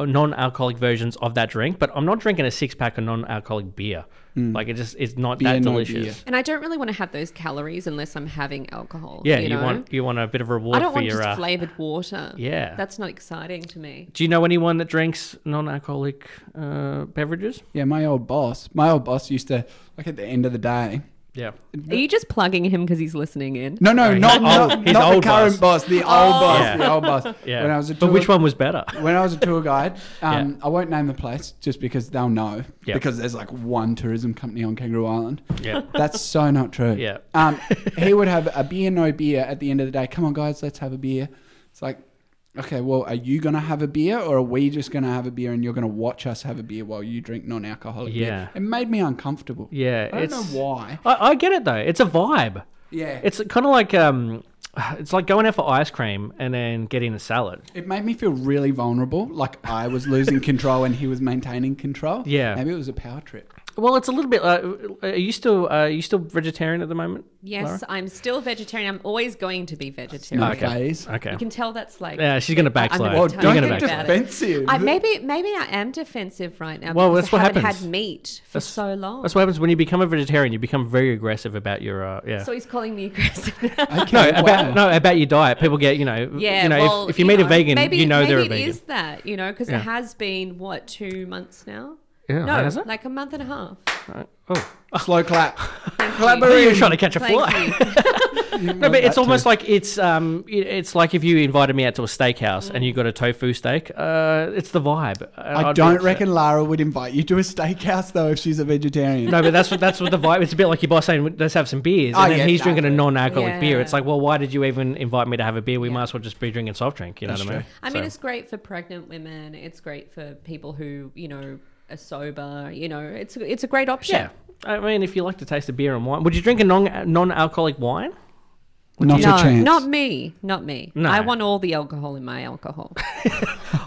S1: non alcoholic versions of that drink. But I'm not drinking a six pack of non alcoholic beer. Like it just it's not
S3: Hmm. Beer,
S1: that
S3: no
S1: delicious.
S3: beer.
S2: And I don't really want to have those calories unless I'm having alcohol.
S1: Yeah, you,
S2: you, know?
S1: want you want a bit of reward
S2: I don't
S1: for
S2: want
S1: your.
S2: just
S1: uh,
S2: flavored water.
S1: Yeah.
S2: that's not exciting to me.
S1: do you know anyone that drinks non alcoholic uh, beverages?
S3: Yeah, my old boss. My old boss used to like at the end of the day.
S1: Yeah.
S2: Are you just plugging him because he's listening in?
S3: No, no,
S1: No,
S3: not,
S1: he's old.
S3: not,
S1: He's
S3: not
S1: old
S3: the current boss.
S1: boss.
S3: The old
S2: Oh.
S3: boss.
S1: Yeah.
S3: The old boss.
S1: Yeah.
S3: When I was a tour,
S1: but which one was better?
S3: When I was a tour guide, um,
S1: Yeah.
S3: I won't name the place just because they'll know.
S1: Yeah.
S3: Because there's like one tourism company on Kangaroo Island.
S1: Yeah.
S3: That's so not true.
S1: Yeah.
S3: Um, he would have a beer, no beer at the end of the day. Come on, guys, let's have a beer. It's like, okay, well, are you going to have a beer or are we just going to have a beer and you're going to watch us have a beer while you drink non alcoholic
S1: Yeah.
S3: beer? It made me uncomfortable.
S1: Yeah,
S3: I don't
S1: it's-
S3: know why.
S1: I, I get it though. It's a vibe.
S3: Yeah.
S1: It's kind of like um, it's like going out for ice cream and then getting a salad.
S3: It made me feel really vulnerable. Like I was losing control and he was maintaining control.
S1: Yeah.
S3: Maybe it was a power trip.
S1: Well, it's a little bit. Uh, are you still uh, are you still vegetarian at the moment?
S2: Yes,
S1: Laura?
S2: I'm still vegetarian. I'm always going to be vegetarian.
S3: No
S1: Okay.
S3: phase.
S1: Okay.
S2: You can tell that's like
S1: Yeah, she's gonna
S2: I'm
S1: backslide.
S2: a
S1: Well,
S2: bit
S1: don't
S2: tired
S1: get
S2: about it.
S3: defensive.
S2: I, maybe maybe I am defensive right now.
S1: Well,
S2: because
S1: that's what
S2: I haven't
S1: happens.
S2: had meat for so long.
S1: That's what happens when you become a vegetarian. You become very aggressive about your uh, yeah.
S2: so he's calling me aggressive.
S3: Okay,
S1: no,
S3: wow.
S1: about no about your diet. People get you know
S2: yeah,
S1: you know
S2: well,
S1: if, if you, meet a
S2: know,
S1: vegan,
S2: maybe,
S1: you know
S2: maybe
S1: they're a
S2: it
S1: vegan.
S2: is that you know because
S1: Yeah.
S2: it has been what two months now.
S1: Yeah,
S2: no,
S1: has it?
S2: like a month and a half.
S1: oh,
S3: Slow clap.
S1: Who are you
S3: Collaborate.
S1: Oh, trying to catch a fly?
S2: Thank you.
S1: No, but it's almost like it's um, it- it's like if you invited me out to a steakhouse and you got a tofu steak. Uh, it's the vibe.
S3: I don't reckon Lara would invite you to a steakhouse though if she's a vegetarian.
S1: No, but that's what that's what the vibe. It's a bit like your boss saying, "Let's have some beers," and
S3: Oh,
S1: then
S3: yeah,
S1: he's drinking a
S3: exactly.
S1: non-alcoholic beer.
S2: Yeah.
S1: It's like, well, why did you even invite me to have a beer? We might as well just be drinking soft drink. You know
S3: That's
S1: what I mean?
S3: true.
S2: I mean,
S1: So-
S2: it's great for pregnant women. It's great for people who you know are sober. You know, it's it's a great option.
S1: yeah. I mean, if you like to taste a beer and wine, would you drink a non non-alcoholic wine?
S3: Not
S2: No,
S3: a chance.
S2: not me, not me.
S1: No.
S2: I want all the alcohol in my alcohol.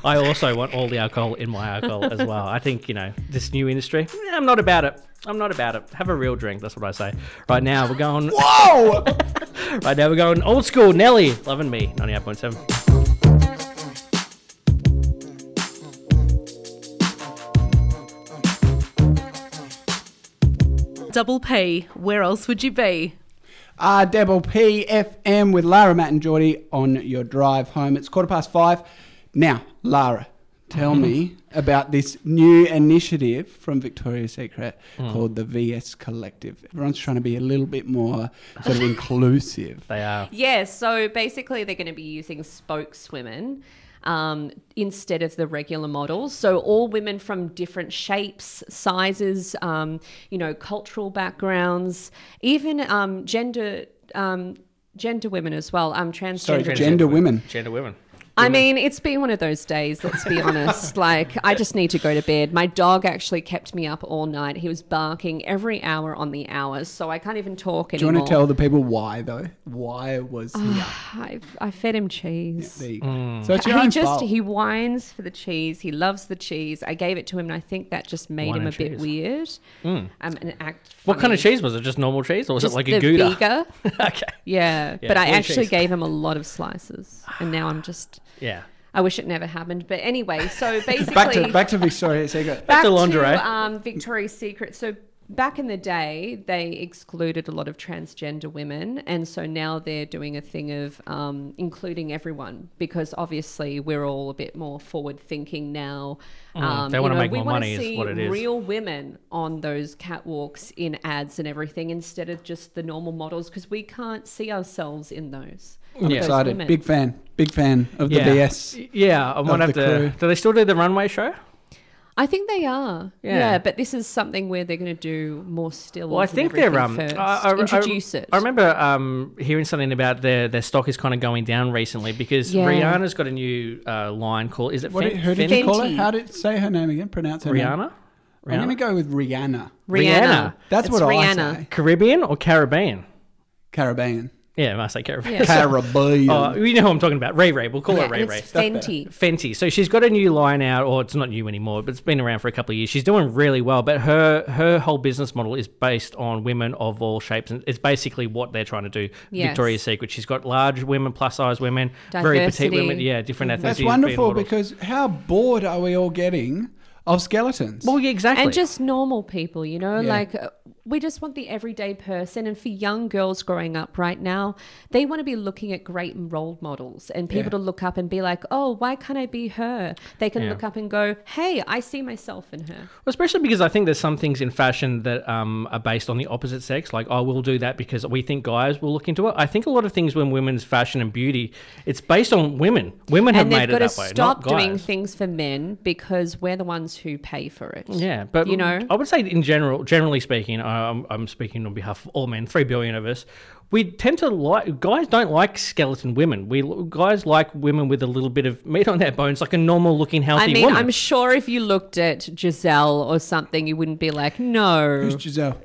S1: I also want all the alcohol in my alcohol as well. I think, you know, this new industry, eh, I'm not about it. I'm not about it. Have a real drink. That's what I say. Right now, we're going.
S3: Whoa!
S1: Right now, we're going old school. Nelly, loving me, 98.7.
S8: Double P, where else would you be?
S3: R double Uh, P F M with Lara, Matt, and Geordie on your drive home. It's quarter past five. Now, Lara, tell
S1: Mm-hmm.
S3: me about this new initiative from Victoria's Secret
S1: Mm.
S3: called the VS Collective. Everyone's trying to be a little bit more sort of inclusive.
S1: They are.
S2: yeah. So basically, they're going to be using spokeswomen um, instead of the regular models. So all women from different shapes, sizes, um, you know, cultural backgrounds, even um, gender. Um, Gender women as well. Um, transgender.
S3: Sorry,
S2: women.
S3: gender women.
S1: Gender women.
S2: I mean, it's been one of those days, let's be honest. Like, I just need to go to bed. My dog actually kept me up all night. He was barking every hour on the hours, so I can't even talk
S3: Do you
S2: anymore.
S3: want to tell the people why though? Why it was
S1: Uh,
S3: here?
S2: I, I fed him cheese.
S3: There you go.
S1: mm.
S3: So it's your
S2: he
S3: own
S2: just
S3: fault.
S2: he whines for the cheese. He loves the cheese. I gave it to him, and I think that just made
S1: Wine
S2: him a
S1: and cheese. Hmm.
S2: bit weird. Um, and act.
S1: What kind of
S2: funny.
S1: cheese was it? Just normal cheese? Or was
S2: Just
S1: it like
S2: the
S1: a Gouda?
S2: Bega.
S1: okay.
S2: Yeah,
S1: Yeah,
S2: but I
S1: blue
S2: actually
S1: cheese.
S2: gave him a lot of slices, and now I'm just.
S1: Yeah.
S2: I wish it never happened, but anyway. So basically,
S3: back to back to Victoria's Secret.
S1: Back to lingerie.
S2: um, Victoria's Secret. So back in the day, they excluded a lot of transgender women, and so now they're doing a thing of um, including everyone because obviously we're all a bit more forward thinking now. Um,
S1: Mm, they
S2: you
S1: wanna
S2: know,
S1: make
S2: we
S1: more
S2: wanna
S1: money is
S2: see
S1: what it is.
S2: Real women on those catwalks in ads and everything instead of just the normal models because we can't see ourselves in those.
S3: I'm
S1: Yeah.
S3: excited.
S2: women.
S3: Big fan. Big fan of the
S1: yeah.
S3: VS.
S1: Yeah. I might
S3: the
S1: have
S3: crew.
S1: to. Do they still do the runway show?
S2: I think they are.
S1: Yeah.
S2: Yeah. but this is something where they're going to do more stills.
S1: Well, I
S2: and
S1: think they're um.
S2: everything first.
S1: I, I- I-
S2: introduce it.
S1: I remember um hearing something about their their stock is kind of going down recently because
S2: Yeah.
S1: Rihanna's got a new uh, line called is it
S3: What
S1: Fen-
S3: did, who did
S1: Fen-
S3: you call it?
S2: Fenty.
S3: How did say her name again? Pronounce her name.
S1: Rihanna?
S3: I'm gonna go with Rihanna.
S1: Rihanna.
S3: That's
S2: It's
S3: what
S2: Rihanna.
S3: I say.
S1: Caribbean or Caribbean?
S3: Caribbean.
S1: Yeah, I say Caribou.
S3: Caribbean.
S1: Oh, you know who I'm talking about. Ray Ray. We'll call
S2: Yeah,
S1: her Ray
S2: and
S1: Ray.
S2: it's Fenty.
S1: Fenty. So she's got a new line out, or it's not new anymore, but it's been around for a couple of years. She's doing really well, but her her whole business model is based on women of all shapes, and it's basically what they're trying to do.
S2: Yes.
S1: Victoria's Secret. She's got large women, plus size women, very petite
S2: Diversity. Mm-hmm.
S1: women. Yeah, different ethnicities.
S3: That's
S1: being
S3: wonderful
S1: models.
S3: because how bored are we all getting of skeletons?
S1: well, Oh, yeah, exactly.
S2: And just normal people, you know,
S3: Yeah.
S2: like uh, we just want the everyday person. And for young girls growing up right now, they want to be looking at great role models and people
S3: Yeah.
S2: to look up and be like, oh, why can't I be her? They can
S1: Yeah.
S2: look up and go, hey, I see myself in her.
S1: Especially because I think there's some things in fashion that um, are based on the opposite sex. Like, oh, we'll do that because we think guys will look into it. I think a lot of things when women's fashion and beauty, it's based on women. Women have
S2: and they've
S1: made
S2: got
S1: it
S2: to
S1: that way, not
S2: stop
S1: guys.
S2: doing things for men because we're the ones who pay for it.
S1: Yeah, but
S2: you know,
S1: I would say in general, generally speaking, I- I'm, I'm speaking on behalf of all men, three billion of us. We tend to like guys don't like skeleton women. We guys like women with a little bit of meat on their bones, like a normal looking healthy
S2: I mean,
S1: woman.
S2: I'm sure if you looked at Giselle or something, you wouldn't be like, no.
S3: Who's Giselle?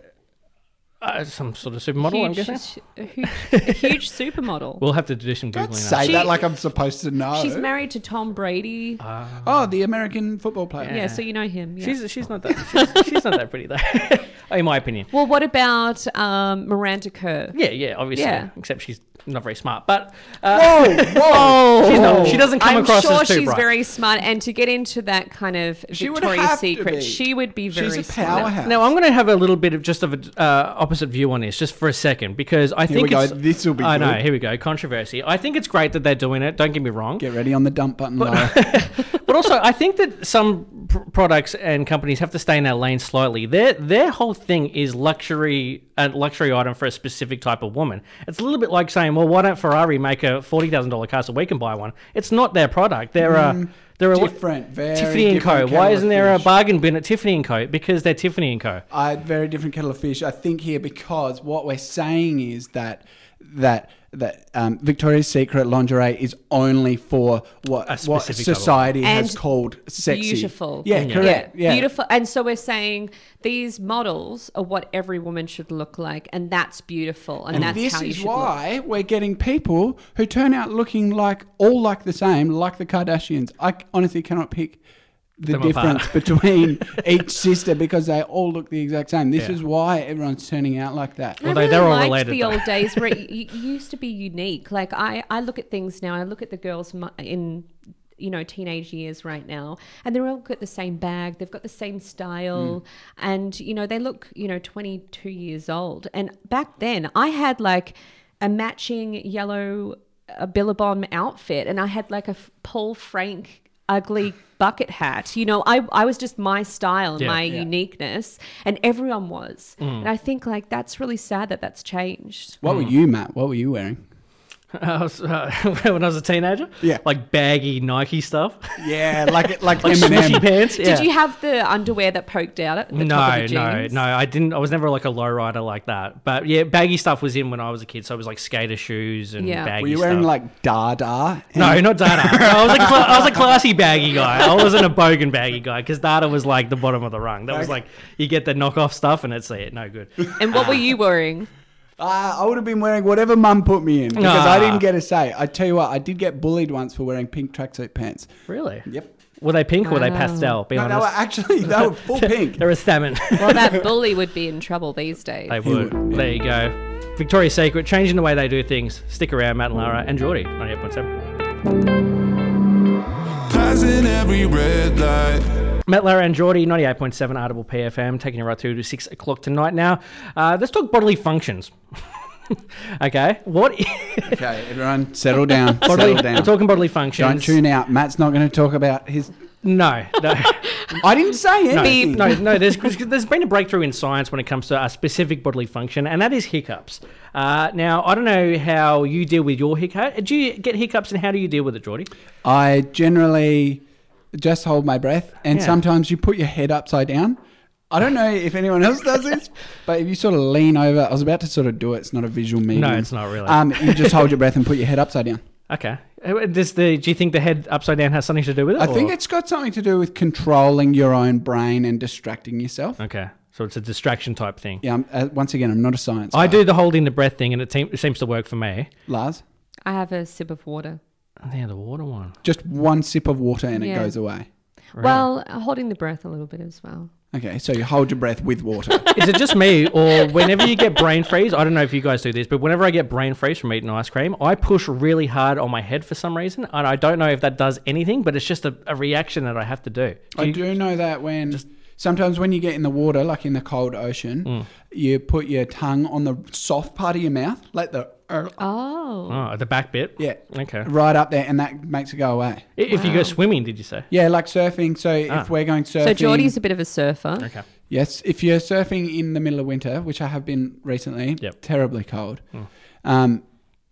S1: uh, some sort of supermodel. I'm
S2: huge,
S1: guessing.
S2: a huge, a huge supermodel.
S1: We'll have to do some googling.
S3: Don't
S1: after.
S3: say
S2: She-
S3: that like I'm supposed to know.
S2: She's married to Tom Brady.
S3: Oh, the American football player.
S2: yeah. so you know him. yeah.
S1: She's she's not that she's, she's not that pretty though, in my opinion.
S2: well, what about um, Miranda Kerr?
S1: Yeah, yeah, obviously.
S2: Yeah.
S1: Except she's not very smart, but uh, she's not, she doesn't come
S2: I'm
S1: across
S2: sure
S1: as too
S2: she's
S1: bright.
S2: very smart, and to get into that kind of
S3: She would
S2: Victoria's
S3: have to
S2: Secret,
S3: be.
S2: she would be very
S3: She's a
S2: smart.
S3: powerhouse.
S1: Now I'm going to have a little bit of just of a uh, opposite view on this, just for a second, because I
S3: we
S1: think
S3: go.
S1: it's-
S3: This'll be
S1: I know.
S3: good.
S1: Here we go. Controversy. I think it's great that they're doing it. Don't get me wrong.
S3: Get ready on the dump button, Laura.
S1: but also, I think that some pr- products and companies have to stay in their lane slightly. Their their whole thing is luxury a luxury item for a specific type of woman. It's a little bit like saying, well, why don't Ferrari make a forty thousand dollar car so we can buy one? It's not their product. They're a they're
S3: Mm-hmm. different,
S1: a
S3: very
S1: Tiffany and Co.
S3: different
S1: Why
S3: kettle of
S1: isn't there a
S3: fish.
S1: bargain bin at Tiffany and Co? Because they're Tiffany and Co.
S3: I very different kettle of fish. I think here because what we're saying is that that that um, Victoria's Secret lingerie is only for what what
S1: specific type of-
S3: society has
S2: And
S3: called sexy.
S2: Beautiful.
S3: Yeah, correct. Yeah.
S2: Beautiful. And so we're saying these models are what every woman should look like, and that's beautiful. And,
S3: And
S2: that's
S3: this
S2: how you
S3: is
S2: should look.
S3: why we're getting people who turn out looking like all like the same, like the Kardashians. I c- honestly cannot pick the
S1: Them apart.
S3: difference between each sister because they all look the exact same. This
S1: Yeah.
S3: is why everyone's turning out like that.
S1: Although
S2: I really
S1: they're all
S2: liked
S1: related,
S2: the
S1: though.
S2: old days where it y- used to be unique. Like I, I look at things now. I look at the girls mu- in, you know, teenage years right now, and they're all got the same bag. They've got the same
S1: Mm.
S2: style, and you know, they look, you know, twenty two years old. And back then, I had like a matching yellow a Billabong outfit, and I had like a f- Paul Frank ugly bucket hat. You know, I I was just my style, and
S1: Yeah.
S2: my
S1: Yeah. Mm.
S2: uniqueness, and everyone was. And I think like that's really sad that that's changed.
S3: What were you, Matt? What were you wearing?
S1: I was, uh, when I was a teenager,
S3: Yeah.
S1: like baggy Nike stuff,
S3: Yeah, like like
S1: smushy
S3: Eminem.
S1: pants. Yeah.
S2: Did you have the underwear that poked out at the top
S1: no,
S2: of the
S1: no,
S2: jeans?
S1: no. I didn't. I was never like a lowrider like that. But yeah, baggy stuff was in when I was a kid. So it was like skater shoes and
S2: Yeah.
S1: baggy.
S3: Were you wearing
S1: stuff.
S3: like Dada?
S1: No, not Dada. No, I was a cla- I was a classy baggy guy. I wasn't a bogan baggy guy because Dada was like the bottom of the rung. That was like you get the knockoff stuff and it's it, no good.
S2: And what were you wearing?
S3: Uh, I would have been wearing whatever mum put me in because I
S1: Ah.
S3: didn't get a say. I tell you what, I did get bullied once for wearing pink tracksuit pants.
S1: Really?
S3: Yep.
S1: Were they pink or were they pastel? Be
S3: No, they
S1: honest.
S3: were actually they were full pink.
S1: They were salmon.
S2: Well, that bully would be in trouble these days.
S1: they would. There you go. Victoria's Secret changing the way they do things. Stick around, Matt and Lara and Geordie. 98.7.
S6: Passing every red light.
S1: Matt, Lara, and Geordie, 98.7 Audible PFM, taking it right through to 6 o'clock tonight now. Uh, let's talk bodily functions. okay. What?
S3: Okay, everyone, settle down.
S1: bodily,
S3: settle
S1: we're
S3: down.
S1: talking bodily
S3: Don't
S1: functions.
S3: tune out. Matt's not going to talk about his.
S1: No, no,
S3: I didn't say anything.
S1: no, no. There's, there's been a breakthrough in science when it comes to a specific bodily function, and that is hiccups. Uh, now, I don't know how you deal with your hiccup. Uh, Do you get hiccups, and how do you deal with it, Geordie?
S3: I generally just hold my breath, and
S1: Yeah.
S3: sometimes you put your head upside down. I don't know if anyone else does this, but if you sort of lean over, I was about to sort of do it. It's not a visual medium.
S1: it's not really.
S3: Um, you just hold your breath and put your head upside down.
S1: Okay. Uh, Does the, do you think the head upside down has something to do with it?
S3: I think
S1: or-
S3: it's got something to do with controlling your own brain and distracting yourself.
S1: Okay. So it's a distraction type thing.
S3: Yeah, I'm, uh, once again, I'm not a science.
S1: I
S3: guy.
S1: do the holding the breath thing, and it, seem- it seems to work for me.
S3: Lars,
S2: I have a sip of water.
S1: Yeah, the water one.
S3: just one sip of water and it
S2: Yeah.
S3: goes away.
S2: Well, holding the breath a little bit as well.
S3: Okay, so you hold your breath with water.
S1: Is it just me, or whenever you get brain freeze? I don't know if you guys do this, but whenever I get brain freeze from eating ice cream, I push really hard on my head for some reason, and I don't know if that does anything, but it's just a, a reaction that I have to do. Do
S3: I
S1: you-
S3: do know that when sometimes when you get in the water, like in the cold ocean,
S1: Mm.
S3: you put your tongue on the soft part of your mouth, like the uh,
S2: Oh.
S1: Oh, the back bit.
S3: yeah,
S1: Okay. I-
S3: right up there, and that makes it go away.
S1: If you go swimming, did you say?
S3: Yeah, like surfing. So
S1: Ah.
S3: if we're going surfing,
S2: So Geordie's a bit of a surfer.
S1: Okay.
S3: Yes, if you're surfing in the middle of winter, which I have been recently,
S1: Yep. Mm.
S3: terribly cold. Um,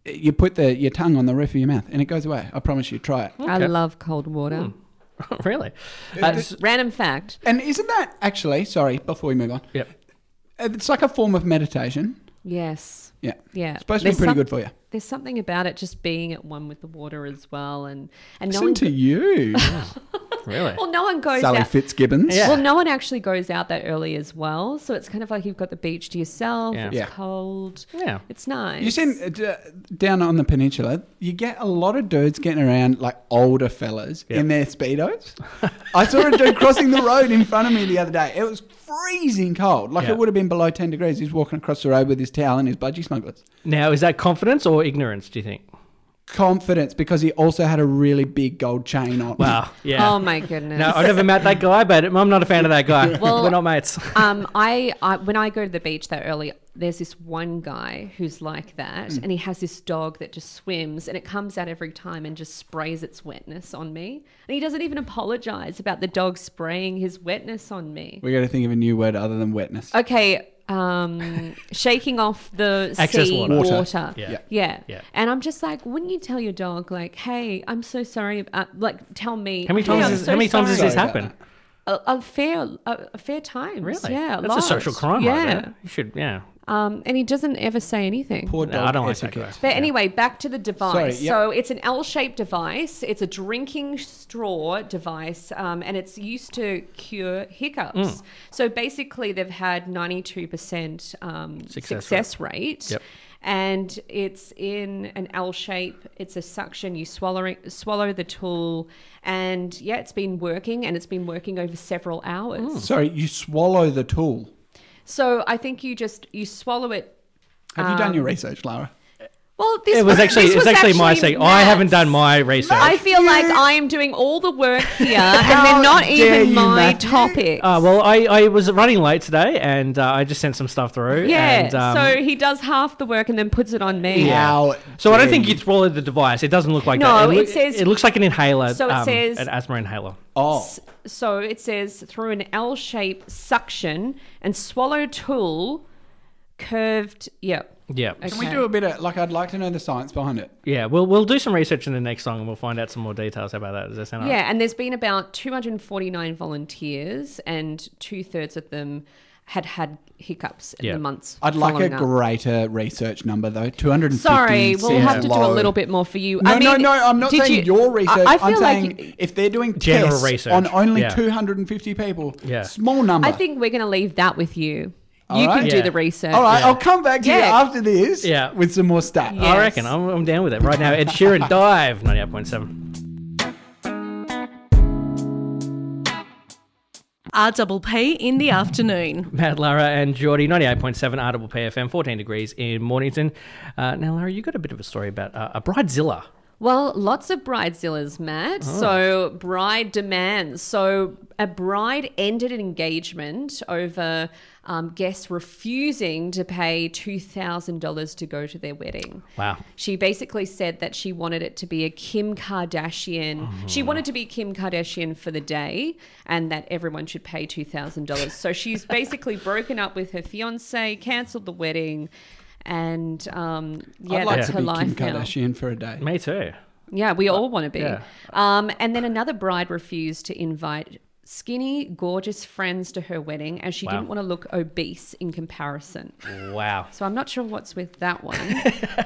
S3: you put the your tongue on the roof of your mouth, and it goes away. I promise you. Try it.
S2: I love cold water.
S1: Hmm. really?
S2: Uh, random fact.
S3: And isn't that actually? Sorry, before we move on,
S1: Yep.
S3: it's like a form of meditation.
S2: Yes.
S3: Yeah,
S2: Yeah.
S3: supposed to be
S2: There's
S3: pretty
S2: some-
S3: good for you.
S2: There's something about it just being at one with the water as well, and and no
S3: Listen
S2: one.
S3: to you,
S1: Really?
S2: well, no one goes
S3: Sally
S2: out.
S3: Fitzgibbons.
S1: Yeah.
S2: Well, no one actually goes out that early as well, so it's kind of like you've got the beach to yourself.
S1: Yeah.
S2: It's
S3: Yeah.
S2: cold.
S1: Yeah.
S2: It's nice.
S3: You seen uh, d- down on the peninsula, you get a lot of dudes getting around like older fellas in their speedos. I saw a dude crossing the road in front of me the other day. It was freezing cold. Like
S1: Yeah.
S3: it would have been below 10 degrees. He's walking across the road with his towel and his budgie smugglers.
S1: Now, is that confidence or ignorance? Do you think?
S3: Confidence because he also had a really big gold chain on.
S1: Wow. Yeah.
S2: Oh my goodness.
S1: no, I've never met that guy, but I'm not a fan of that guy.
S2: Well-
S1: We're not mates.
S2: um, I, I when I go to the beach that early, there's this one guy who's like that,
S3: Mm.
S2: and he has this dog that just swims, and it comes out every time and just sprays its wetness on me, and he doesn't even apologize about the dog spraying his wetness on me.
S3: We got to think of a new word other than wetness.
S2: Oh, Okay, um, shaking off the
S1: Excess
S2: sea
S1: water.
S2: water.
S1: Water.
S2: Yeah.
S1: Yeah.
S2: Yeah.
S1: Yeah.
S2: and I'm just like, wouldn't you tell your dog, like, hey, I'm so sorry, about, like, tell me
S1: How many
S2: "Hey,
S1: times?
S2: I'm
S1: has,
S2: so
S1: how many times has
S2: sorry."
S1: this happened?
S2: A, a fair, a, a fair time.
S1: Really?
S2: Yeah,
S1: That's a social
S2: lot.
S1: crime,
S2: Yeah,
S1: right? there. You should. Yeah.
S2: um, and he doesn't ever say anything.
S3: Poor
S1: No,
S3: dog
S1: I don't like that
S3: etiquette.
S1: guy.
S2: But anyway, back to the device.
S3: Sorry, yep.
S2: So it's an L-shaped device. It's a drinking straw device, um, and it's used to cure hiccups.
S1: Hmm.
S2: So basically, they've had ninety-two percent um,
S1: Success
S2: success, rate.
S1: Yep.
S2: And it's in an L shape. It's a suction. You swallow it, swallow the tool, and yeah, it's been working, and it's been working over several hours.
S1: Hmm.
S3: Sorry, you swallow the tool.
S2: So I think you just you swallow it.
S3: Have you done your research, Lara?
S2: Well, this
S1: It was actually
S2: this
S1: it's actually my
S2: actually
S1: thing. I haven't
S2: Matt's.
S1: done my research.
S2: I feel like I am doing all the work here, and they're not
S3: dare
S2: even
S3: you,
S2: my
S3: Matthew.
S2: topics.
S1: Uh, well, I, I was running late today, and uh, I just sent some stuff through.
S2: yeah,
S1: and, um,
S2: so he does half the work and then puts it on me.
S3: How
S1: so I don't
S3: dare
S1: think you
S3: you.
S1: swallowed the device. It doesn't look like
S2: No,
S1: that.
S2: it
S1: loo-
S2: says-
S1: it looks like an inhaler.
S2: So it
S1: um,
S2: says-
S1: an asthma inhaler.
S3: Oh,
S2: So it says through an L shape suction and swallow tool, curved. Yep.
S1: Yeah,
S3: can we do a bit of like? I'd like to know the science behind it.
S1: yeah. We'll we'll do some research in the next song, and we'll find out some more details about that. Does that sound? all right?
S2: Yeah, and there's been about 249 volunteers, and two thirds of them had had hiccups in
S1: Yeah.
S2: the months.
S3: I'd like
S2: following
S3: a
S2: up.
S3: greater research number though. Two hundred and fifty.
S2: Sorry, we'll have to do a little bit more for you.
S3: No,
S2: I mean,
S3: no, no. I'm not
S2: did
S3: saying
S2: you-
S3: your research.
S2: I, I
S3: I,
S2: feel
S3: am
S2: like
S3: saying if they're doing
S1: General
S3: tests
S1: research.
S3: on only
S1: Yeah.
S3: 250 people,
S1: Yeah.
S3: small number.
S2: I think we're going to leave that with you. you
S3: right.
S2: can do
S1: Yeah.
S2: the research.
S3: All right, I'll come back to you
S2: Yeah.
S3: after this.
S1: Yeah.
S3: with some more stats.
S2: Yeah.
S1: I reckon I'm, I'm down with it right now. Ed Sheeran, dive ninety-eight point seven.
S8: R double P in the afternoon.
S1: Matt, Lara, and Geordie, ninety-eight point seven. RWP FM, fourteen degrees in Mornington. Uh, now, Lara, you got a bit of a story about uh, a bridezilla.
S2: Well, lots of bridezillas, Matt.
S3: Oh.
S2: So, bride demands. So, a bride ended an engagement over um, guests refusing to pay $2,000 to go to their wedding.
S1: Wow.
S2: She basically said that she wanted it to be a Kim Kardashian.
S1: Oh.
S2: She wanted to be Kim Kardashian for the day and that everyone should pay $2,000. So she's basically broken up with her fiance, cancelled the wedding, and um, yeah,
S3: I'd like
S2: that's
S3: to
S2: her
S3: be
S2: life
S3: Kim
S2: now.
S3: Kardashian for a day.
S1: Me too.
S2: Yeah, we all want to be.
S1: yeah.
S2: Um, and then another bride refused to invite skinny, gorgeous friends to her wedding as she
S1: Wow.
S2: didn't want to look obese in comparison.
S1: Wow.
S2: So I'm not sure what's with that one.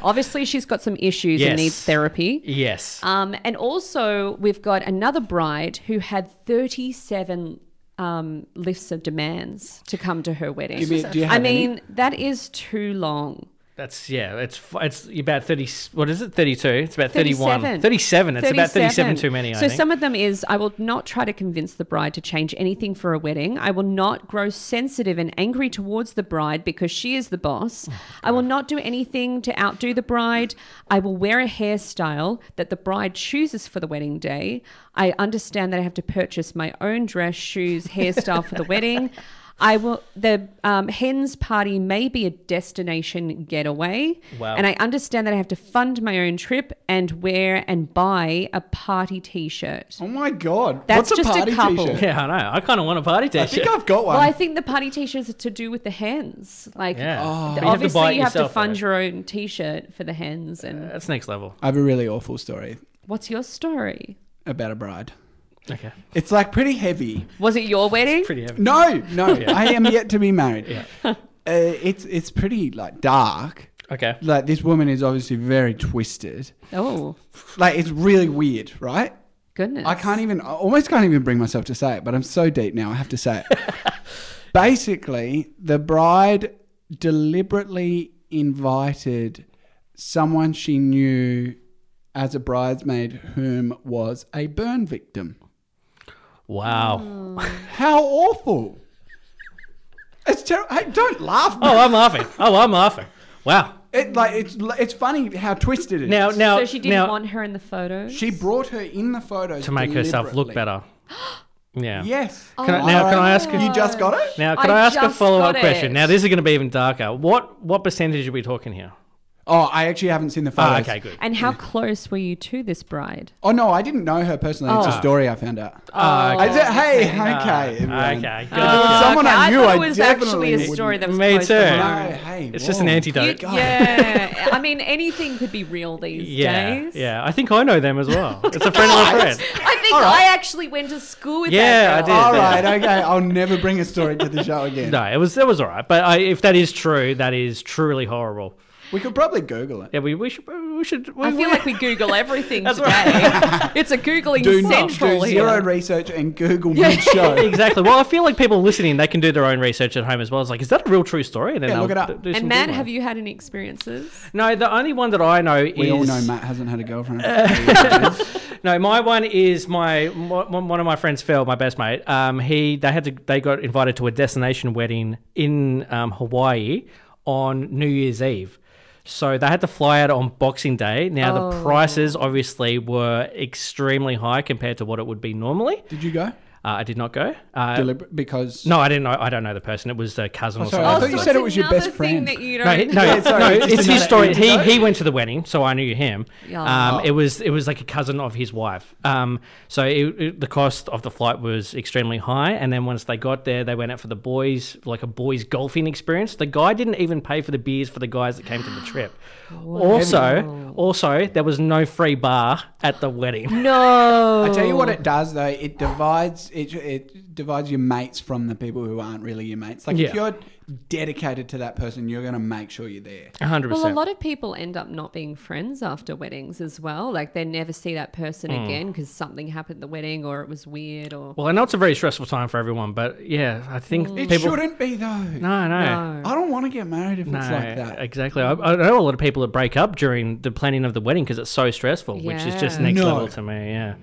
S2: Obviously, she's got some issues
S1: Yes.
S2: and needs therapy.
S1: Yes.
S2: Um, and also, we've got another bride who had 37. um, lists of demands to come to her wedding.
S3: Give me- do you
S2: I
S3: have any?
S2: mean, that is too long.
S1: That's yeah. It's f- it's about thirty. What is it? Thirty two. It's about thirty one.
S2: 37.
S1: Thirty seven. It's about thirty seven too many. I
S2: So
S1: think.
S2: some of them is I will not try to convince the bride to change anything for a wedding. I will not grow sensitive and angry towards the bride because she is the boss.
S1: Oh,
S2: I will not do anything to outdo the bride. I will wear a hairstyle that the bride chooses for the wedding day. I understand that I have to purchase my own dress, shoes, hairstyle for the wedding. I will. The um, hens party may be a destination getaway,
S1: Wow.
S2: and I understand that I have to fund my own trip and wear and buy a party T-shirt.
S3: Oh my god.
S2: That's
S3: What's
S2: just a
S3: a party
S2: couple.
S3: T-shirt?
S1: yeah, I know. I kind of want a party
S3: I
S1: t-shirt.
S3: think I've got one.
S2: Well, I think the party T-shirts are to do with the hens. Like,
S1: Yeah. Oh. But you have to
S2: obviously
S1: buy it
S2: you have to
S1: yourself,
S2: fund
S1: though.
S2: your own T-shirt for the hens. And
S3: Uh,
S1: That's next level.
S3: I have a really awful story
S2: what's your story?
S3: about a bride.
S1: Okay.
S3: It's like pretty heavy.
S2: Was it your wedding?
S1: Pretty heavy.
S3: No, no, I am yet to be married. Uh, it's it's pretty like dark.
S1: Okay.
S3: Like this woman is obviously very twisted.
S2: oh
S3: Like it's really weird, right?
S2: goodness!
S3: I can't even, I almost can't even bring myself to say it, but I'm so deep now, I have to say it. Basically, the bride deliberately invited someone she knew as a bridesmaid, whom was a burn victim.
S1: Wow.
S2: Mm.
S3: How awful! It's terrible. Hey, don't laugh.
S1: Oh,
S3: mate.
S1: I'm laughing. Oh, I'm laughing. Wow.
S3: It, like it's it's funny how twisted it is.
S1: Now, now,
S2: So she didn't
S1: now,
S2: want her in the photo.
S3: she brought her in the photos
S1: to make herself look
S3: deliberately.
S1: better. Yeah.
S3: Yes.
S1: Can I, now, can I ask?
S3: You just got it.
S1: Now, can
S2: I
S1: I, ask a
S2: just
S1: follow-up
S2: got
S1: question?
S2: it.
S1: Now, this is going to be even darker. What what percentage are we talking here?
S3: Oh, I actually haven't seen the
S1: Ah,
S3: photos.
S1: okay, good.
S2: And how close were you to this bride?
S3: Oh no, I didn't know her personally. It's a story I found out.
S2: Oh.
S1: Ah,
S3: I
S1: okay. Ah,
S3: said, hey, okay, everyone.
S1: okay. Good.
S3: When someone
S2: okay,
S3: I
S2: I
S3: knew,
S2: thought
S3: I
S2: it was
S3: definitely
S2: actually a
S3: wouldn't-
S2: story that was
S1: Me
S2: close
S1: too.
S2: to
S3: No,
S2: mine.
S3: hey,
S1: it's just an
S3: whoa.
S1: antidote.
S2: You- yeah, I mean anything could be real these
S1: yeah,
S2: days.
S1: yeah. I think I know them as well. It's a friend of my friend.
S2: I think I actually went to school with
S1: Yeah, I
S2: that
S1: did.
S2: girl.
S3: All right, okay. I'll never bring a story to the show again.
S1: No, it was it was all right. But I, if that is true, that is truly horrible.
S3: We could probably Google it.
S1: Yeah, we, we should we should. We,
S2: I feel
S1: we-
S2: like we Google everything
S1: That's
S2: today. It's a googling
S3: Do, not,
S2: central
S3: do zero
S2: here.
S3: research and Google mid-show.
S1: exactly. Well, I feel like people listening they can do their own research at home as well. It's like, is that a real true story? And then
S3: Yeah,
S1: they'll
S3: look it up.
S1: d- do some
S2: And Matt,
S1: Googling.
S2: have you had any experiences?
S1: No, the only one that I know is
S3: We all know Matt hasn't had a girlfriend.
S1: Uh. No, my one is my one one of my friends, Phil, my best mate. Um, he they had to they got invited to a destination wedding in um, Hawaii on New Year's Eve, so they had to fly out on Boxing Day. Now the prices obviously were extremely high compared to what it would be normally.
S3: Did you go?
S1: Uh, I did not go. Uh,
S3: Deliberate because
S1: no, I didn't know. I don't know the person. It was a cousin or
S3: Oh, sorry,
S1: something.
S3: I thought you
S2: so
S3: said
S2: it's
S3: it was your
S2: another
S3: best friend.
S2: Thing that you
S1: No,
S2: don't
S1: he- no,
S3: Yeah, sorry,
S1: no,
S3: just
S1: it's his
S3: another
S1: story. He
S3: anecdote.
S1: he went to the wedding, so I knew him.
S2: Yeah.
S1: Um, It was it was like a cousin of his wife. Um, so it, it- the cost of the flight was extremely high, and then once they got there, they went out for the boys like a boys golfing experience. The guy didn't even pay for the beers for the guys that came to the trip. Also, also there was no free bar at the wedding.
S2: No.
S3: I tell you what it does though, it divides it, it divides your mates from the people who aren't really your mates. Like
S1: Yeah.
S3: if you're dedicated to that person, you're gonna make sure you're there.
S1: hundred
S2: Well, a
S1: percent.
S2: lot of people end up not being friends after weddings as well. Like they never see that person again because something happened at the wedding or it was weird or.
S1: Hmm. Well, I know it's a very stressful time for everyone, but yeah, I think
S3: It
S1: people.
S3: shouldn't be though.
S1: No, no.
S2: No.
S3: I don't want to get married if it's
S1: No,
S3: like that.
S1: Exactly. I, I know a lot of people that break up during the planning of the wedding because it's so stressful, which is just
S2: Yeah.
S1: next
S3: No.
S1: level to me. Yeah,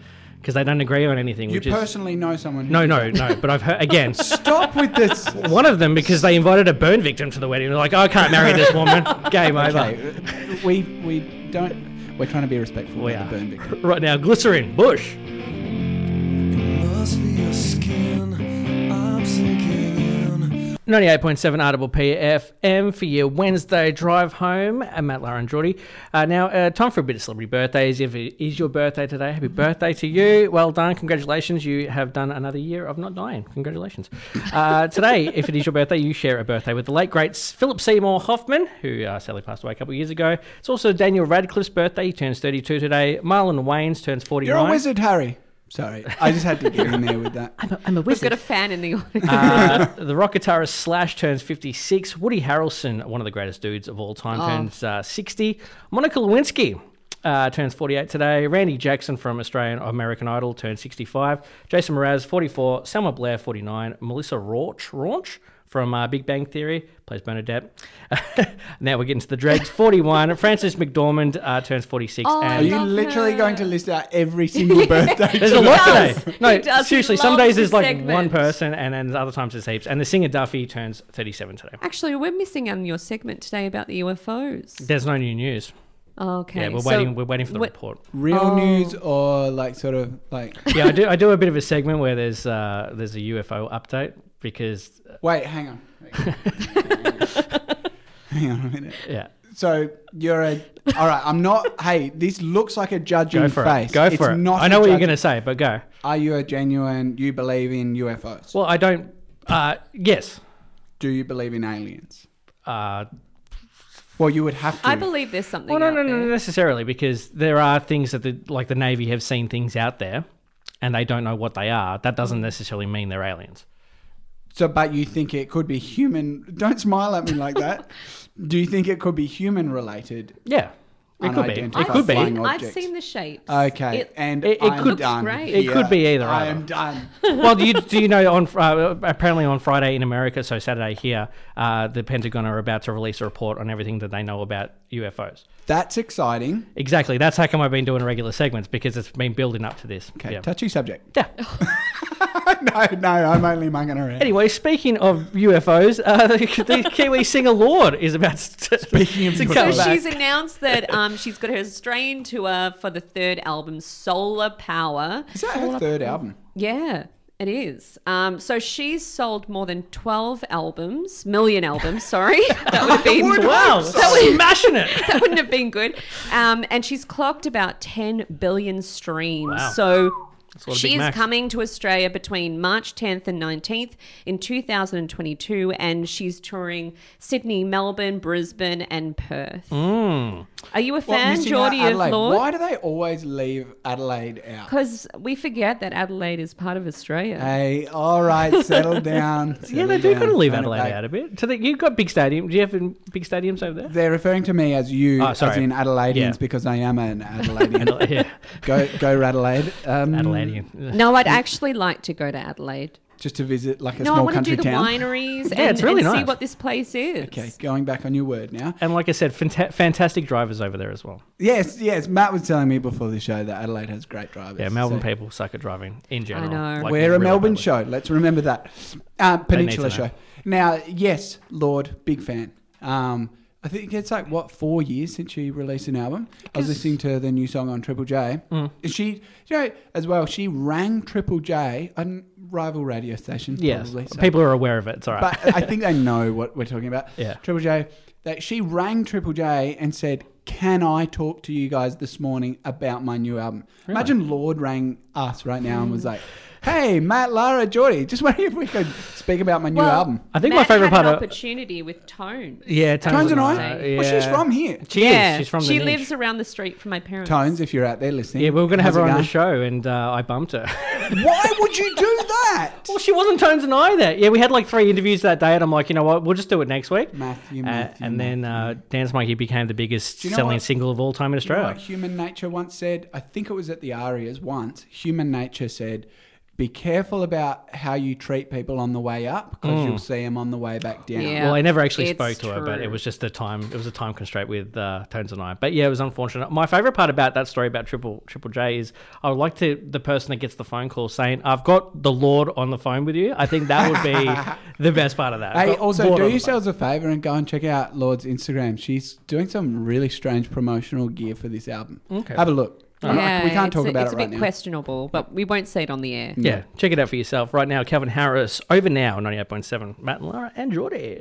S1: because they don't agree on anything.
S3: you
S1: which is
S3: personally know someone who
S1: no, no, no. But I've heard again.
S3: Stop with this.
S1: One of them because they invited a burn victim to the wedding. They're like, "Oh, I can't marry this woman. Game over.
S3: Okay. we we don't we're trying to be respectful
S1: We
S3: of
S1: are.
S3: the burn victim.
S1: Right now, glycerin bush.
S4: Must be your skin. I'm sinking in.
S1: 98.7 Audible PFM for your Wednesday drive home. i Matt, Lara, and Geordie. Uh, now, uh, time for a bit of celebrity birthdays. If it is your birthday today, happy birthday to you. Well done. Congratulations. You have done another year of not dying. Congratulations. Uh, today, if it is your birthday, you share a birthday with the late, great Philip Seymour Hoffman, who uh, sadly passed away a couple of years ago. It's also Daniel Radcliffe's birthday. He turns 32 today. Marlon Wayans turns 49.
S3: You're a wizard, Harry. Sorry, I just had to get in there with that.
S1: I'm a
S2: We've
S1: wizard.
S2: got a fan in the audience.
S1: Uh, the rock guitarist Slash turns
S2: Oh.
S1: 56. Woody Harrelson, one of the greatest dudes of all time, turns uh, 60. Monica Lewinsky uh, turns 48 today. Randy Jackson from Australian American Idol turns 65. Jason Mraz, 44. Selma Blair, 49. Melissa Rauch, Raunch from uh, Big Bang Theory plays Bernadette. now we're getting to the dregs. 41. Frances McDormand uh, turns 46.
S3: Are you
S2: Oh, love
S3: literally
S2: her.
S3: going to list out every single birthday?
S1: There's a lot today. No,
S2: He does. He
S1: seriously, some
S2: loves
S1: days there's
S2: this
S1: like one
S2: segment.
S1: person, and then other times there's heaps. And the singer Duffy turns 37 today.
S2: Actually, we're missing on your segment today about the UFOs.
S1: There's no new news.
S2: Okay.
S1: Yeah, we're
S2: so
S1: waiting. We're waiting for the
S2: wh-
S1: report.
S3: Real news or like sort of like?
S1: Yeah, I do. I do a bit of a segment where there's uh, there's a UFO update because
S3: Wait, hang on. hang on a minute.
S1: yeah,
S3: So you're a. All right, I'm not. Hey, this looks like a judging
S1: go for
S3: face.
S1: it. Go for it.
S3: it's Not
S1: I
S3: a
S1: know what you're
S3: judging-
S1: going to say, but go.
S3: Are you a genuine? You believe in UFOs?
S1: Well, I don't. Uh, yes.
S3: Do you believe in aliens?
S1: Uh,
S3: Well, you would have to.
S2: I believe there's something.
S1: well, no,
S2: out
S1: no, no,
S2: there.
S1: not necessarily because there are things that the, like the Navy have seen things out there, and they don't know what they are. That doesn't necessarily mean they're aliens.
S3: So, but you think it could be human? Don't smile at me like that. Do you think it could be human related?
S1: Yeah, it could be.
S3: Unidentified
S1: It could
S3: flying
S1: be.
S2: I've
S3: objects.
S2: seen the shapes.
S3: Okay,
S2: It-
S3: and
S1: it- it
S3: I'm
S1: could-
S3: done.
S2: Looks great.
S1: It
S3: here.
S1: could be either
S3: I
S1: either.
S3: am done.
S1: well, do you, do you know on uh, apparently on Friday in America, so Saturday here, uh, the Pentagon are about to release a report on everything that they know about UFOs.
S3: That's exciting.
S1: Exactly. That's how come I've been doing regular segments because it's been building up to this.
S3: Okay,
S1: Yeah.
S3: touchy subject.
S1: Yeah.
S3: no, no, I'm only mugging around.
S1: Anyway, speaking of UFOs, uh, the, the Kiwi singer Lord is about to,
S3: Speaking of
S1: to
S3: UFOs.
S1: come
S2: So
S1: back.
S2: she's announced that um, she's got her Australian tour for the third album, Solar Power.
S3: Is that her third album?
S2: Yeah, it is. Um, so she's sold more than 12 albums, million albums, sorry. That would have been
S1: Wow, smashing it.
S2: That wouldn't have been good. Um, and she's clocked about 10 billion streams.
S1: Wow.
S2: So
S1: a lot of Big
S2: she is
S1: Macs.
S2: coming to Australia between March 10th and 19th in 2022. And she's touring Sydney, Melbourne, Brisbane, and Perth.
S1: Mm.
S2: Are you a fan,
S3: missing out
S2: Geordie, of
S3: Adelaide. Why
S2: Lord?
S3: do they always leave Adelaide out?
S2: Because we forget that Adelaide is part of Australia.
S3: Hey, all right, settle down.
S1: Yeah, they do kind of leave Adelaide out a bit. So that you've got big stadiums. Do you have um, big stadiums over there?
S3: They're referring to me as you,
S1: Oh,
S3: as
S1: sorry.
S3: in Adelaideans,
S1: Yeah.
S3: because I am an Adelaidean.
S1: yeah,
S3: go, go, Adelaide. Um,
S1: Adelaidean.
S2: No, I'd actually like to go to Adelaide.
S3: Just to visit like a
S2: No, I
S3: small
S2: want to
S3: country
S2: do the
S3: town.
S2: wineries
S1: Yeah,
S2: and,
S1: it's really
S2: and see
S1: nice.
S2: what this place is.
S3: Okay, going back on your word now.
S1: And like I said, fanta- fantastic drivers over there as well.
S3: Yes, yes. Matt was telling me before the show that Adelaide has great drivers.
S1: Yeah, Melbourne
S3: so-
S1: people suck at driving in general.
S2: know.
S1: Like,
S3: We're a
S1: really
S3: Melbourne
S1: badly.
S3: show. Let's remember that. Um, Peninsula
S1: know.
S3: show. Now, yes, Lord, big fan. Um, I think it's like what four years since she released an album. I was listening to the new song on Triple J.
S1: Mm.
S3: She, you know, as well. She rang Triple J, a rival radio station.
S1: Yes,
S3: probably, so-
S1: people are aware of it. It's all right.
S3: but I think they know what we're talking about.
S1: Yeah.
S3: Triple J. That she rang Triple J and said, "Can I talk to you guys this morning about my new album?" Imagine Lord rang us right now and was like, "Hey, Matt, Lara, Geordie, just wondering if we could speak about my new
S2: Well-
S3: album."
S1: I think
S2: Matt
S1: my favorite
S2: had
S1: part
S2: an
S1: of
S2: opportunity with Tones.
S1: yeah,
S3: Tones and
S2: I?
S3: I. Well, she's
S1: yeah.
S3: from here.
S1: She
S2: Yeah,
S1: is. She's from the
S2: she
S1: niche.
S2: lives around the street from my parents.
S3: Tones, if you're out there listening.
S1: Yeah, we were going to
S3: how's
S1: have her
S3: it
S1: on the show,
S3: going?
S1: and uh, I bumped her.
S3: Why would you do that?
S1: well, she wasn't Tones and I there. Yeah, we had like three interviews that day, and I'm like, you know what? We'll just do it next week.
S3: Matthew,
S1: Uh,
S3: Matthew,
S1: and then uh, Dance Monkey became the biggest
S3: you know
S1: selling
S3: what-
S1: single of all time in Australia.
S3: Like human nature once said, I think it was at the Arias once, human nature said, be careful about how you treat people on the way up because you'll see them on the way back down.
S2: Yeah.
S1: Well, I never actually
S2: It's
S1: spoke to her, but it
S2: true.
S1: was just a time. It was a time constraint with uh, Tones and I. But yeah, it was unfortunate. My favorite part about that story about Triple Triple J is I would like to the person that gets the phone call saying, "I've got the Lord on the phone with you." I think that would be the best part of that.
S3: Hey,
S1: Got
S3: also,
S1: Lord
S3: do
S1: on the
S3: yourselves a favor and go and check out Lord's Instagram. She's doing some really strange promotional gear for this album. Okay. Have a look. I'm not-
S2: Yeah,
S3: we can't
S2: it's
S3: talk
S2: a,
S3: about
S2: it's
S3: it
S2: a
S3: right
S2: bit
S3: now.
S2: questionable, but we won't say it on the air.
S1: phone. Yeah, check it out for yourself right now. Calvin Harris over now, ninety eight point seven. Matt and Lara and Geordie.